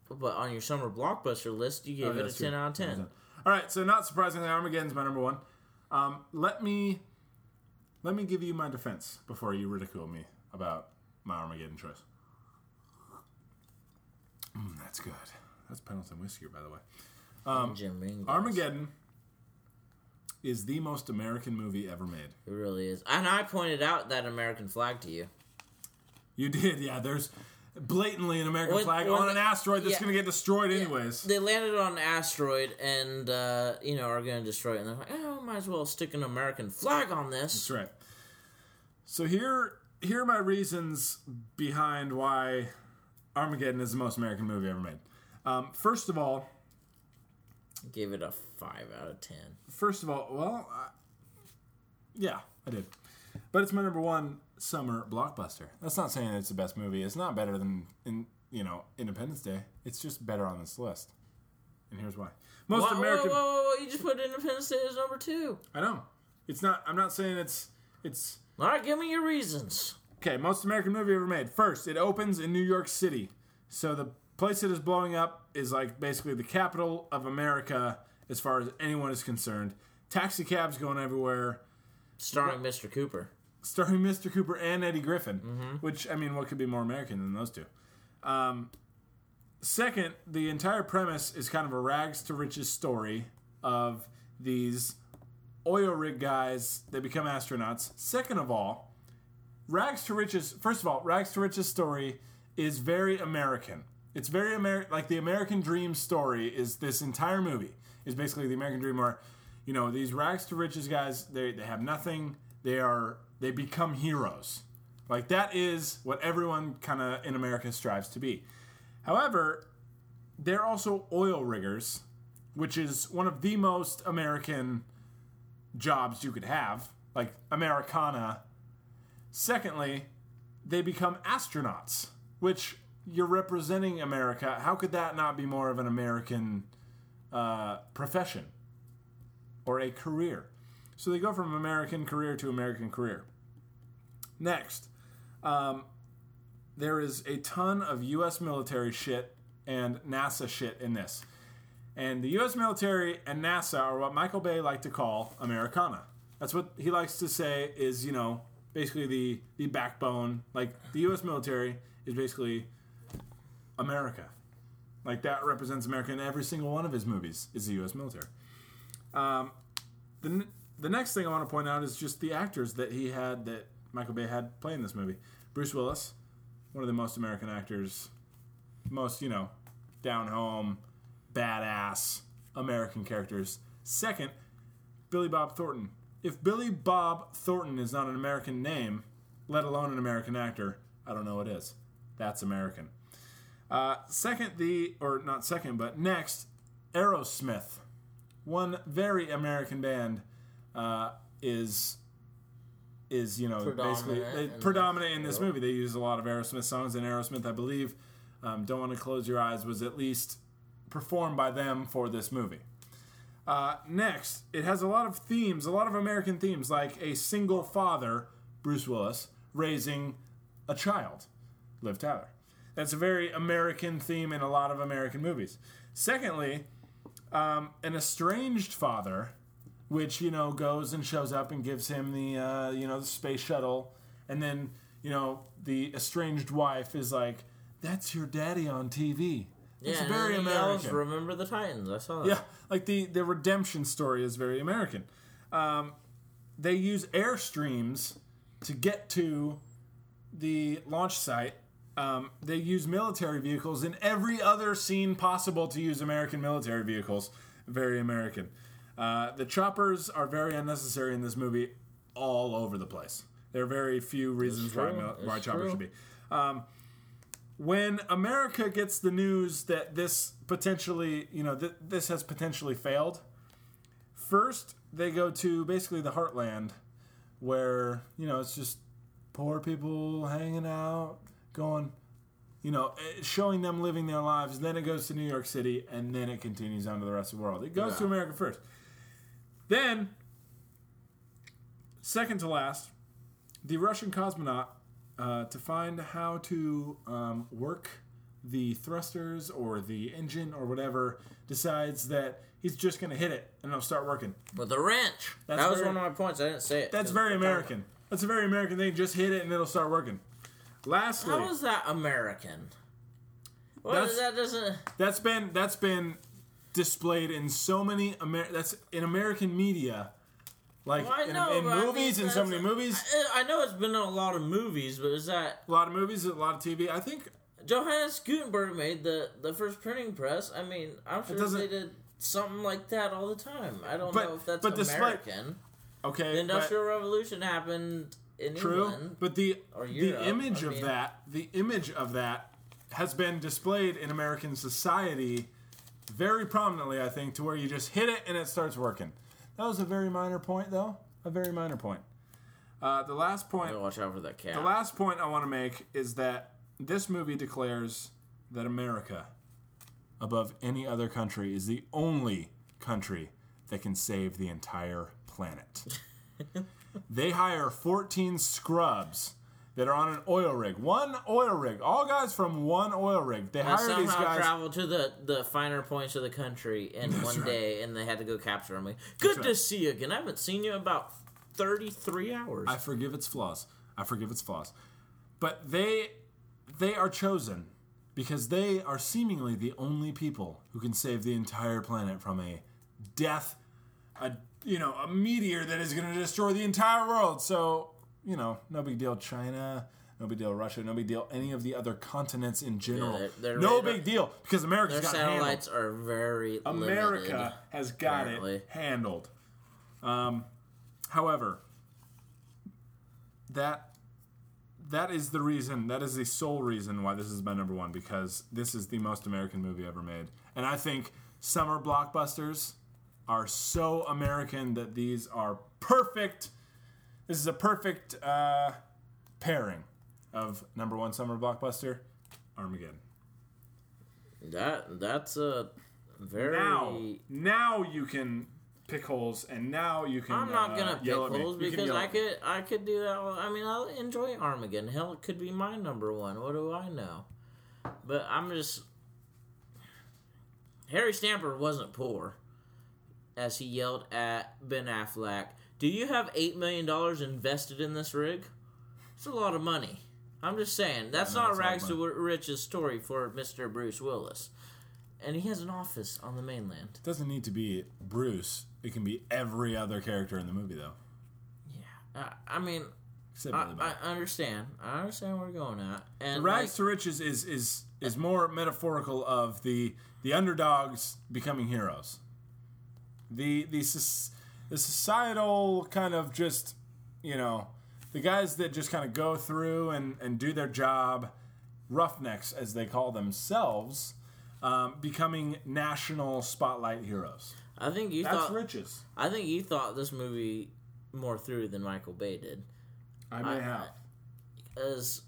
S2: but on your summer blockbuster list, you
S1: Oh,
S2: gave
S1: yeah,
S2: it a
S1: that's
S2: 10
S1: true.
S2: out of 10.
S1: All right, so not surprisingly, Armageddon's my number one. Um, let me let me give you my defense before you ridicule me about my Armageddon choice. Mm, that's good. That's Pendleton whiskey, by the way. Um,
S2: Jim Ringo.
S1: Armageddon is the most American movie ever made.
S2: It really is. And I pointed out that American flag to you.
S1: You did, yeah. There's blatantly an American
S2: When-
S1: flag
S2: when
S1: on an
S2: the-
S1: asteroid that's
S2: yeah.
S1: going to get destroyed anyways.
S2: They landed on an asteroid and, uh, you know, are going to destroy it. And they're like, oh, might as well stick an American flag on this.
S1: That's right. So here here are my reasons behind why Armageddon is the most American movie ever made. Um, first of all,
S2: Gave it a 5 out of 10.
S1: first of all, well, I, yeah, I did, but it's my number one summer blockbuster. That's not saying it's the best movie. It's not better than in you know Independence Day. It's just better on this list, and here's why. Most
S2: Whoa,
S1: American,
S2: whoa, whoa, whoa, whoa, you just put Independence Day as number 2.
S1: I know. It's not. I'm not saying it's it's
S2: All right, give me your reasons.
S1: Okay, most American movie ever made. First, it opens in New York City. So the place it is blowing up is like basically the capital of America as far as anyone is concerned. Taxi cabs going everywhere,
S2: Starring Mr. Cooper.
S1: starring Mr. Cooper and Eddie Griffin, which, I mean, what could be more American than those two? Um, second, the entire premise is kind of a rags to riches story of these oil rig guys that become astronauts. Second of all, rags to riches first of all rags to riches story is very american it's very american like the american dream story is this entire movie is basically the american dream where you know these rags to riches guys they, they have nothing they are they become heroes like that is what everyone kind of in america strives to be however they're also oil riggers which is one of the most american jobs you could have like americana Secondly, they become astronauts, which you're representing America. How could that not be more of an American uh, profession or a career? So they go from American career to American career. Next, um, there is a ton of U.S. military shit and NASA shit in this. And the U.S. military and NASA are what Michael Bay liked to call Americana. That's what he likes to say is, you know, basically the the backbone. Like the U.S. military is basically America. Like that represents America in every single one of his movies is the U.S. military. Um, the n- the next thing I want to point out is just the actors that he had that Michael Bay had playing this movie. Bruce Willis, one of the most American actors, most you know, down home, badass American characters. Second, Billy Bob Thornton. If Billy Bob Thornton is not an American name, let alone an American actor, I don't know what is. That's American. Uh, second, the or not second, but next, Aerosmith, one very American band, uh, is is you know basically
S7: Predominant
S1: they-
S7: in this-
S1: predominant in this movie. They use a lot of Aerosmith songs, and Aerosmith, I believe, um, "Don't Want to Close Your Eyes" was at least performed by them for this movie. Uh, next, it has a lot of themes, a lot of American themes, like a single father, Bruce Willis, raising a child, Liv Tyler. That's a very American theme in a lot of American movies. Secondly, um, an estranged father, which you know goes and shows up and gives him the uh, you know the space shuttle, and then you know the estranged wife is like, "That's your daddy on TV." That's
S2: Yeah, and
S1: very
S2: then he
S1: American.
S2: yells, Remember the Titans. I saw that.
S1: Yeah, like the the redemption story is very American. Um, they use airstreams to get to the launch site. Um, they use military vehicles in every other scene possible to use American military vehicles. Very American. Uh, the choppers are very unnecessary in this movie, all over the place. There are very few reasons why,
S2: true.
S1: mil- why
S2: It's
S1: choppers
S2: true.
S1: should be Um, when America gets the news that this potentially, you know, th- this has potentially failed, first they go to basically the heartland where, you know, it's just poor people hanging out, going, you know, eh, showing them living their lives. Then it goes to New York City and then it continues on to the rest of the world. It goes to America first. Then, second to last, the Russian cosmonaut uh, to find how to um, work the thrusters or the engine or whatever decides that he's just going to hit it and it'll start working.
S2: With a wrench.
S1: That's
S2: that was
S1: very-
S2: one of my points. I didn't say it.
S1: That's
S2: 'cause
S1: very
S2: I thought-
S1: American. That's a very American thing. Just hit it and it'll start working. Lastly,
S2: How is that American? What
S1: That's-
S2: that doesn't.
S1: that's been that's been displayed in so many Amer- that's in American media, like
S2: Well, I
S1: in,
S2: know,
S1: in
S2: but I
S1: movies,
S2: mean,
S1: in so
S2: that's-
S1: many movies,
S2: I I know it's been in a lot of movies, but is that
S1: a lot of movies, a lot of TV. I think
S2: Johannes Gutenberg made the the first printing press? I mean, I'm sure
S1: doesn't-
S2: they did something like that all the time. I don't
S1: But-
S2: know if that's
S1: but despite-
S2: American.
S1: okay,
S2: The
S1: but-
S2: Industrial Revolution happened in
S1: True,
S2: England.
S1: but the
S2: or Europe,
S1: the image
S2: I
S1: of
S2: mean-
S1: that the image of that has been displayed in American society very prominently, I think, to where you just hit it and it starts working. That was a very minor point, though. A very minor point. Uh, the last point.
S2: Gotta watch out for that cat.
S1: The last point I want to make is that this movie declares that America, above any other country, is the only country that can save the entire planet. they hire 14 scrubs that are on an oil rig. One oil rig. All guys from one oil rig. They
S2: I
S1: hire
S2: somehow
S1: these guys.
S2: traveled to the, the finer points of the country in one
S1: right.
S2: day, and they had to go capture him. Like, good
S1: right.
S2: to see you again. I haven't seen you in about thirty three hours.
S1: I forgive its flaws. I forgive its flaws. But they they are chosen because they are seemingly the only people who can save the entire planet from a death a you know, a meteor that is going to destroy the entire world. So, you know, no big deal China, no big deal Russia, no big deal any of the other continents in general.
S2: they're- they're-
S1: no big deal because America's
S2: Their
S1: got it handled.
S2: satellites are very
S1: America
S2: limited.
S1: has got
S2: apparently.
S1: it handled. Um, however, that that is the reason. That is the sole reason why this is my number one because this is the most American movie ever made, and I think summer blockbusters are so American that these are perfect. This is a perfect uh, pairing of number one summer blockbuster, Armageddon.
S2: That that's a very.
S1: now, now you can pick holes, and now you can.
S2: I'm not
S1: uh,
S2: gonna pick
S1: yell at me.
S2: holes
S1: You can
S2: because
S1: yell
S2: I
S1: at me.
S2: could I could do that. Well, I mean, I will enjoy Armageddon. Hell, it could be my number one. What do I know? But I'm just Harry Stamper wasn't poor, as he yelled at Ben Affleck. Do you have eight million dollars invested in this rig? It's a lot of money. I'm just saying that's
S1: no,
S2: not
S1: it's all
S2: rags to
S1: mine.
S2: riches story for Mr. Bruce Willis, and he has an office on the mainland.
S1: doesn't need to be Bruce. It can be every other character in the movie, though.
S2: Yeah, uh, I mean,
S1: Except Billy Bob.
S2: I, I understand. I understand where you're going at. And
S1: Rags
S2: like,
S1: to riches is is is more metaphorical of the the underdogs becoming heroes. The the soc- the societal kind of just you know the guys that just kind of go through and and do their job, roughnecks as they call themselves, um, becoming national spotlight heroes.
S2: I think you
S1: That's
S2: thought
S1: riches.
S2: I think you thought this movie more through than Michael Bay did.
S1: I may
S2: I-
S1: have.
S2: As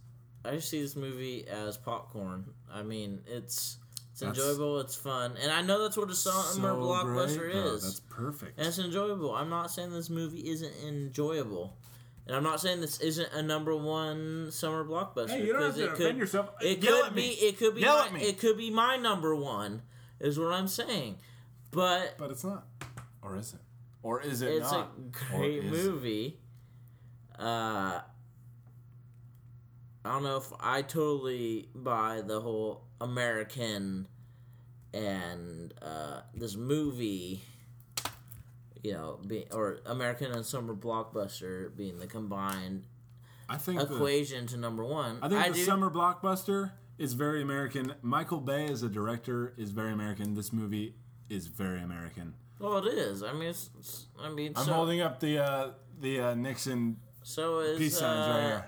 S2: I just see this movie as popcorn. I mean, it's it's
S1: That's
S2: enjoyable, it's fun, and I know that's what a summer blockbuster
S1: great, though.
S2: is.
S1: Oh, That's perfect.
S2: And it's enjoyable. I'm not saying this movie isn't enjoyable. And I'm not saying this isn't a number one summer blockbuster.
S1: Hey, you don't have
S2: 'cause
S1: to
S2: it
S1: defend
S2: could,
S1: yourself.
S2: It
S1: Yell
S2: could
S1: at
S2: be.
S1: me.
S2: It could be.
S1: Yell
S2: my,
S1: at me.
S2: It could be my number one. Is what I'm saying. But,
S1: But it's not. Or is it? Or is it
S2: it's
S1: not?
S2: a
S1: Or
S2: great
S1: is it?
S2: movie. Uh, I don't know if I totally buy the whole American and uh, this movie, you know, be, or American and summer blockbuster being the combined
S1: I think the,
S2: equation to number one.
S1: Mm-hmm. I think the
S2: do-
S1: summer blockbuster is very American. Michael Bay as a director is very American. This movie is very American.
S2: Well, it is. I mean, it's, it's- I mean,
S1: I'm
S2: so,
S1: holding up the uh, the uh, Nixon
S2: so is
S1: peace signs
S2: uh,
S1: right here.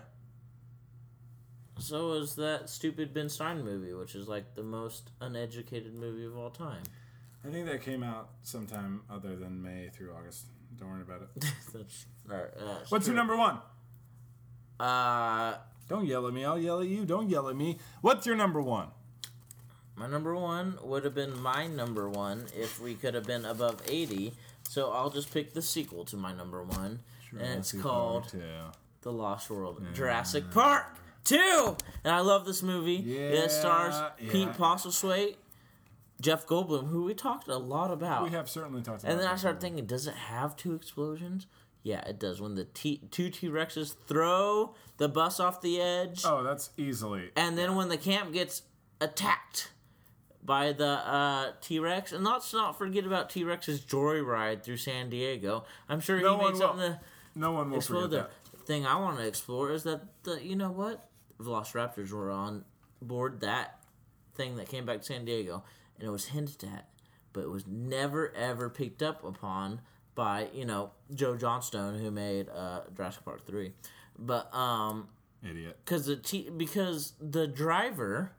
S2: So is that stupid Ben Stein movie, which is like the most uneducated movie of all time.
S1: I think that came out sometime other than May through August. Don't worry about it.
S2: That's, or, uh, that's
S1: What's
S2: true.
S1: your number one?
S2: Uh,
S1: Don't yell at me. I'll yell at you. Don't yell at me. What's your number one?
S2: my number one would have been my number one if we could have been above eighty. So I'll just pick the sequel to my number one, and it's
S1: Jurassic
S2: called
S1: Park two.
S2: The Lost World, Jurassic Park Two. And I love this movie.
S1: Yeah,
S2: it stars Pete
S1: yeah.
S2: Postlethwaite, Jeff Goldblum, who we talked a lot about.
S1: We have certainly talked about.
S2: And then I
S1: this
S2: started
S1: movie.
S2: thinking, does it have two explosions? Yeah, it does. When the t- two T Rexes throw the bus off the edge,
S1: Oh, that's easily.
S2: and then when the camp gets attacked by the uh, T Rex, and let's not forget about T Rex's joyride through San Diego. I'm sure
S1: No
S2: he
S1: one
S2: made
S1: will.
S2: something to
S1: No one will
S2: explore
S1: forget
S2: there.
S1: that.
S2: Thing I want to explore is that the you know what Velociraptors were on board that thing that came back to San Diego, and it was hinted at, but it was never ever picked up upon by you know Joe Johnstone who made uh, Jurassic Park three, but um
S1: Idiot.
S2: because the t- because the driver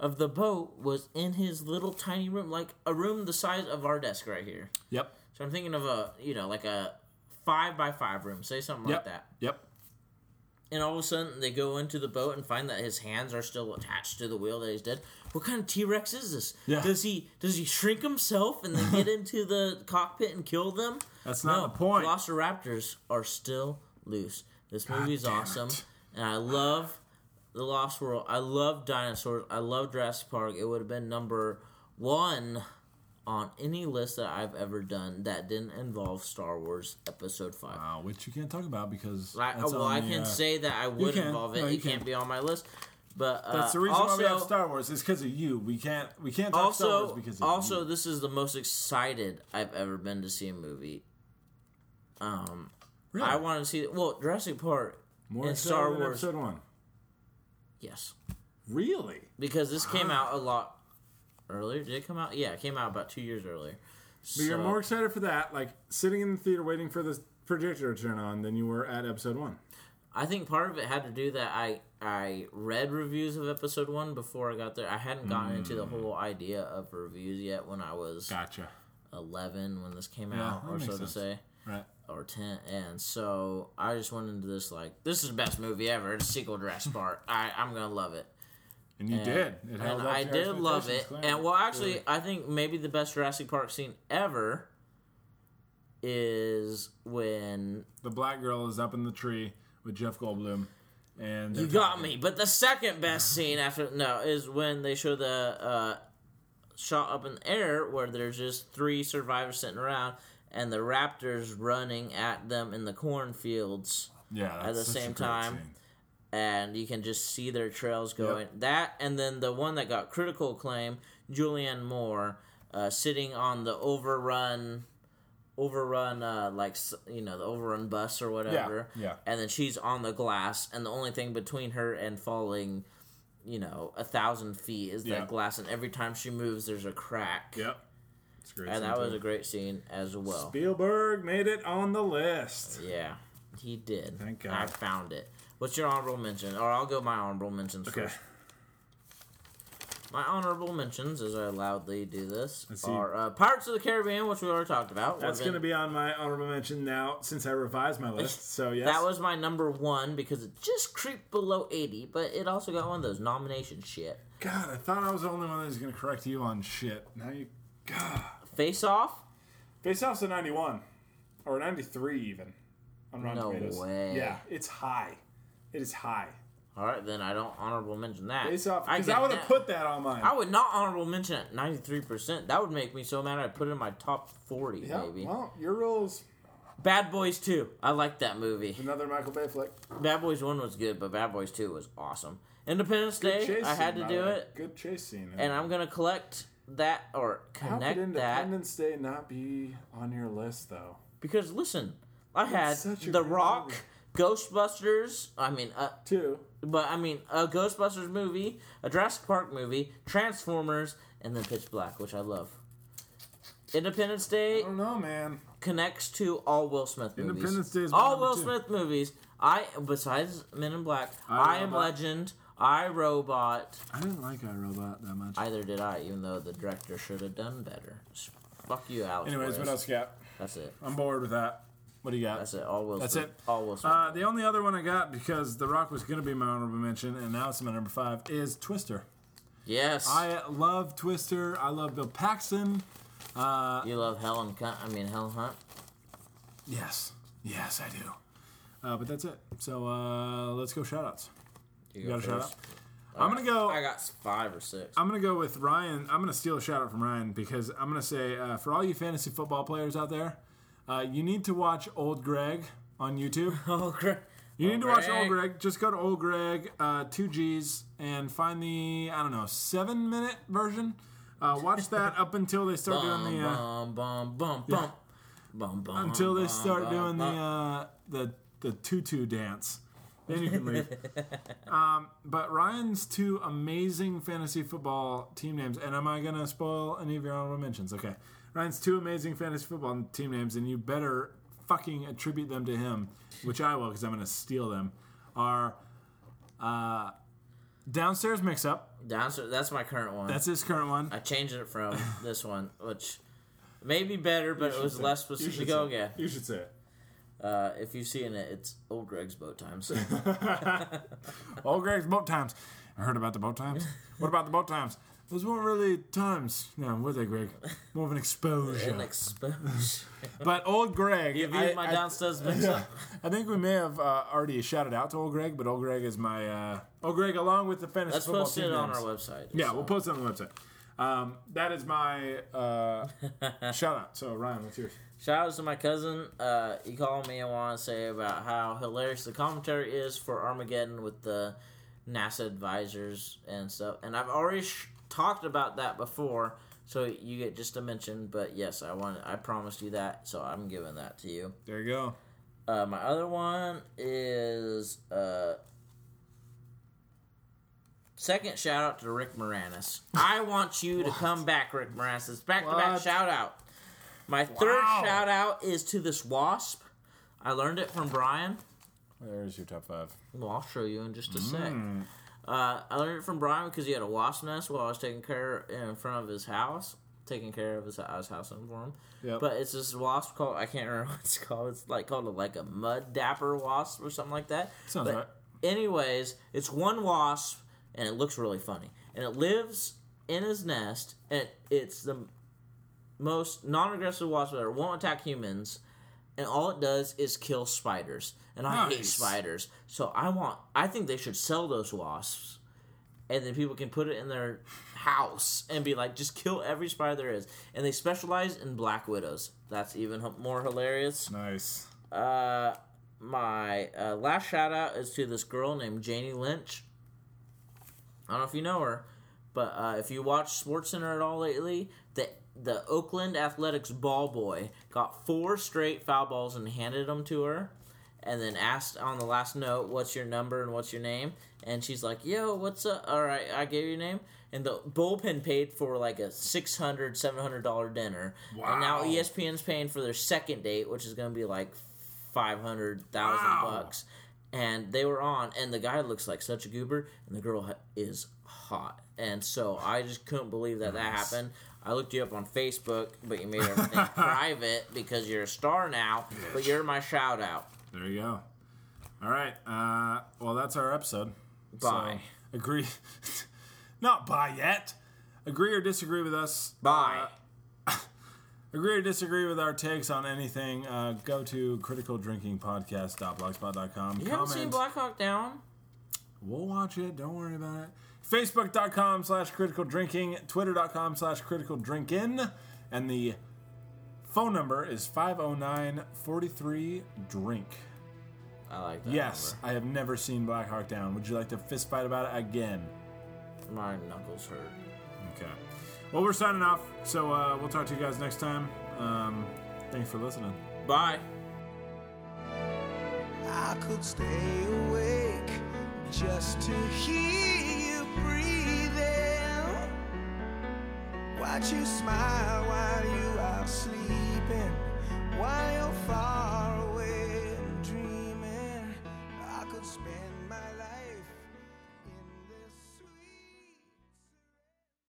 S2: of the boat was in his little tiny room like a room the size of our desk right here.
S1: Yep.
S2: So I'm thinking of a you know like a five by five room, say something
S1: Yep.
S2: like that.
S1: Yep.
S2: And all of a sudden they go into the boat and find that his hands are still attached to the wheel that he's dead. What kind of T Rex is this?
S1: Yeah.
S2: Does he does he shrink himself and then get into the cockpit and kill them?
S1: That's not the point.
S2: Velociraptors are still loose. This movie's
S1: damn
S2: awesome,
S1: it.
S2: and I love the Lost World. I love dinosaurs. I love Jurassic Park. It would have been number one on any list that I've ever done that didn't involve Star Wars Episode Five.
S1: Uh, which you can't talk about because
S2: I,
S1: that's
S2: well,
S1: on
S2: I
S1: the,
S2: can
S1: uh,
S2: say that I would
S1: can.
S2: involve it.
S1: No, you
S2: it can't
S1: can.
S2: be on my list, but uh,
S1: That's the reason
S2: also,
S1: why we have Star Wars is because of you. We can't we can't talk Star Wars
S2: Also,
S1: because of
S2: also,
S1: you.
S2: this is the most excited I've ever been to see a movie. Um,
S1: Really?
S2: I want to see well Jurassic Park
S1: more
S2: and
S1: so
S2: Star
S1: than
S2: Wars.
S1: episode one.
S2: Yes,
S1: Really?
S2: because this came out a lot earlier. Did it come out? Yeah, it came out about two years earlier.
S1: But you're
S2: So-
S1: more excited for that, like sitting in the theater waiting for the projector to turn on, than you were at episode one.
S2: I think part of it had to do that I I read reviews of episode one before I got there. I hadn't gotten into the
S1: Hmm.
S2: whole idea of reviews yet when I was
S1: Gotcha.
S2: 11 when this came
S1: Yeah,
S2: out,
S1: that
S2: or
S1: makes
S2: so
S1: sense.
S2: to say,
S1: Right.
S2: or 10. And so I just went into this like, this is the best movie ever. It's a sequel to Jurassic Park. I, I'm going to love it.
S1: And you
S2: And-
S1: did. It held
S2: And
S1: up
S2: I
S1: to
S2: did love it.
S1: expectations,
S2: And
S1: clearly.
S2: well, actually, I think maybe the best Jurassic Park scene ever is when
S1: the black girl is up in the tree with Jeff Goldblum, and
S2: you got me. But the second best scene after no is when they show the uh, shot up in the air where there's just three survivors sitting around and the raptors running at them in the cornfields.
S1: yeah,
S2: at
S1: that's
S2: the
S1: such a
S2: same
S1: great
S2: time.
S1: scene.
S2: and you can just see their trails going. That and then the one that got critical acclaim, Julianne Moore, uh, sitting on the overrun, overrun uh, like s- you know the overrun bus or whatever.
S1: yeah.
S2: And then she's on the glass, and the only thing between her and falling, you know, a thousand feet is
S1: Yeah.
S2: that glass. And every time she moves, there's a crack.
S1: Yep. It's great.
S2: And that was a great scene as well.
S1: Spielberg made it on the list.
S2: Yeah, he did.
S1: Thank God.
S2: I found it. What's your honorable mention? Or I'll go my honorable mentions
S1: Okay.
S2: first. My honorable mentions, as I loudly do this,
S1: Let's see.
S2: are uh, Pirates of the Caribbean, which we already talked about.
S1: That's
S2: We've
S1: going to
S2: been-
S1: be on my honorable mention now since I revised my list. So, yes.
S2: That was my number one because it just creeped below 80, but it also got one of those nomination shit.
S1: God, I thought I was the only one that was going to correct you on shit. Now you. God.
S2: Face Off?
S1: Face Off's a 91. Or 93 even. On Rotten
S2: No
S1: Tomatoes.
S2: way.
S1: Yeah, it's high. It is high.
S2: All right, then I don't honorable mention that.
S1: Face Off. Because
S2: get
S1: I, would have
S2: that.
S1: put that on mine.
S2: I would not honorable mention at 93%. That would make me so mad I'd put it in my top 40,
S1: yeah,
S2: maybe.
S1: well, your rules.
S2: Bad Boys 2. I like that movie.
S1: Another Michael Bay flick.
S2: Bad Boys 1 was good, but Bad Boys 2 was awesome. Independence Day, I had
S1: scene,
S2: to
S1: by the
S2: do
S1: way.
S2: it,
S1: Good chase scene.
S2: and I'm going to collect that or
S1: How could
S2: connect that.
S1: Independence Day not be on your list though?
S2: Because listen, I had
S1: such a
S2: The
S1: great
S2: Rock,
S1: movie.
S2: Ghostbusters, I mean, uh,
S1: Two.
S2: but I mean, a Ghostbusters movie, a Jurassic Park movie, Transformers, and then Pitch Black, which I love. Independence Day
S1: I don't know, man.
S2: connects to all Will Smith movies.
S1: Independence Day is my
S2: all
S1: number
S2: Will
S1: two.
S2: Smith movies. I besides Men in Black, I,
S1: I,
S2: Am
S1: Robot.
S2: Legend, I Robot.
S1: I didn't like iRobot that much.
S2: Either did I, even though the director should have done better. Fuck you, Alex.
S1: Anyways,
S2: Perez.
S1: what else you got?
S2: That's it.
S1: I'm bored with that. What do you got?
S2: That's it. All Will.
S1: That's
S2: Smith.
S1: it.
S2: All Will Smith.
S1: Uh, the only other one I got because The Rock was going to be my honorable mention, and now it's my number five is Twister.
S2: yes.
S1: I love Twister. I love Bill Paxton. uh,
S2: you love Helen. Cunt, I mean Helen Hunt.
S1: Yes, yes, I do. Uh, but that's it. So uh, let's go shoutouts. You got a shout out?
S2: first.
S1: I'm gonna go.
S2: I got five or six.
S1: I'm gonna go with Ryan. I'm gonna steal a shout out from Ryan because I'm gonna say uh, for all you fantasy football players out there, uh, you need to watch Old Greg on YouTube.
S2: oh, great.
S1: You need to watch Old Greg. Just go to Old Greg, uh, two G's, and find the I don't know seven minute version. Uh, watch that up until they start
S2: Bum,
S1: doing the uh,
S2: bum, bum, bum, bum. Bum, bum,
S1: until they
S2: bum,
S1: start
S2: bum,
S1: doing the
S2: bum.
S1: uh, the the tutu dance. Then you can leave. um, but Ryan's two amazing fantasy football team names, and am I gonna spoil any of your honorable mentions? Okay, Ryan's two amazing fantasy football team names, and you better fucking attribute them to him, which I will, because I'm gonna steal them. Are uh, downstairs mix up.
S2: Downstairs, that's my current one.
S1: That's his current one.
S2: I changed it from this one, which may be better, but it was less specific. Go again.
S1: You should say it.
S2: Uh, if you've seen it, it's old Greg's boat times.
S1: Old Greg's boat times. I heard about the boat times. What about the boat times? Those weren't really times. No, were they, Greg? More of an exposure.
S2: and exposed.
S1: but old Greg.
S2: You
S1: I,
S2: viewed my
S1: I-
S2: downstairs mix up.
S1: I think we may have uh, already shouted out to old Greg, but old Greg is my uh, old Greg along with the fantasy
S2: Let's
S1: football
S2: post
S1: team
S2: it on
S1: names.
S2: our website.
S1: Yeah,
S2: So,
S1: we'll post it on the website. Um, that is my uh, shout out. So Ryan, what's yours?
S2: Shout out to my cousin. Uh, he called me and wanted to say about how hilarious the commentary is for Armageddon with the NASA advisors and stuff. And I've already sh- talked about that before, so you get just a mention. But yes, I want. I promised you that, so I'm giving that to you.
S1: There you go.
S2: Uh, my other one is uh, second shout out to Rick Moranis. I want you to come back, Rick Moranis. It's back to back
S1: What?
S2: shout out. My third
S1: Wow.
S2: shout out is to this wasp. I learned it from Brian.
S1: There's your top five.
S2: Well, I'll show you in just a
S1: Mm.
S2: sec. Uh, I learned it from Brian because he had a wasp nest while I was taking care in front of his house, taking care of his, I was house hunting for him.
S1: Yep.
S2: But it's this wasp called I can't remember what it's called. It's like called a, like a mud dapper wasp or something like that.
S1: Sounds
S2: But
S1: right.
S2: Anyways, it's one wasp and it looks really funny. And it lives in his nest and it's the most non-aggressive wasp that won't attack humans and all it does is kill spiders and i hate
S1: Nice.
S2: spiders so i want i think they should sell those wasps and then people can put it in their house and be like just kill every spider there is and they specialize in black widows that's even h- more hilarious
S1: Nice.
S2: uh my uh, last shout out is to this girl named Janie Lynch. I don't know if you know her, but uh, if you watch SportsCenter at all lately, the the Oakland Athletics ball boy got four straight foul balls and handed them to her, and then asked on the last note, "What's your number and what's your name?" And she's like, "Yo, what's up? All right, I gave you your name." And the bullpen paid for like a $600, $700 dollar dinner. And now E
S1: Wow.
S2: ESPN's paying for their second date, which is going to be like five hundred thousand
S1: Wow.
S2: bucks, and they were on, and the guy looks like such a goober, and the girl ha- is hot, and so I just couldn't believe that that happened. I looked you up on Facebook, but you made everything private because you're a star now. But you're my shout out.
S1: There you go. All right. Uh, well, that's our episode. So,
S2: Bye.
S1: agree. Not bye yet. Agree or disagree with us. Uh,
S2: Bye.
S1: Agree or disagree with our takes on anything. Uh, go to criticaldrinkingpodcast.blogspot.com.
S2: you haven't seen Black Hawk Down?
S1: We'll watch it. Don't worry about it. Facebook.com slash critical drinking, twitter.com slash critical drinkin, and the phone number is 509 43 drink.
S2: I like that.
S1: Yes, I have never seen Black Hawk Down. Would you like to fist fight about it again?
S2: number. my knuckles hurt.
S1: Okay. Well, we're signing off, so uh, we'll talk to you guys next time. Um, thanks for listening.
S2: Bye.
S3: I could stay awake just to hear you breathing. Watch you smile while you are sleeping, while you're falling.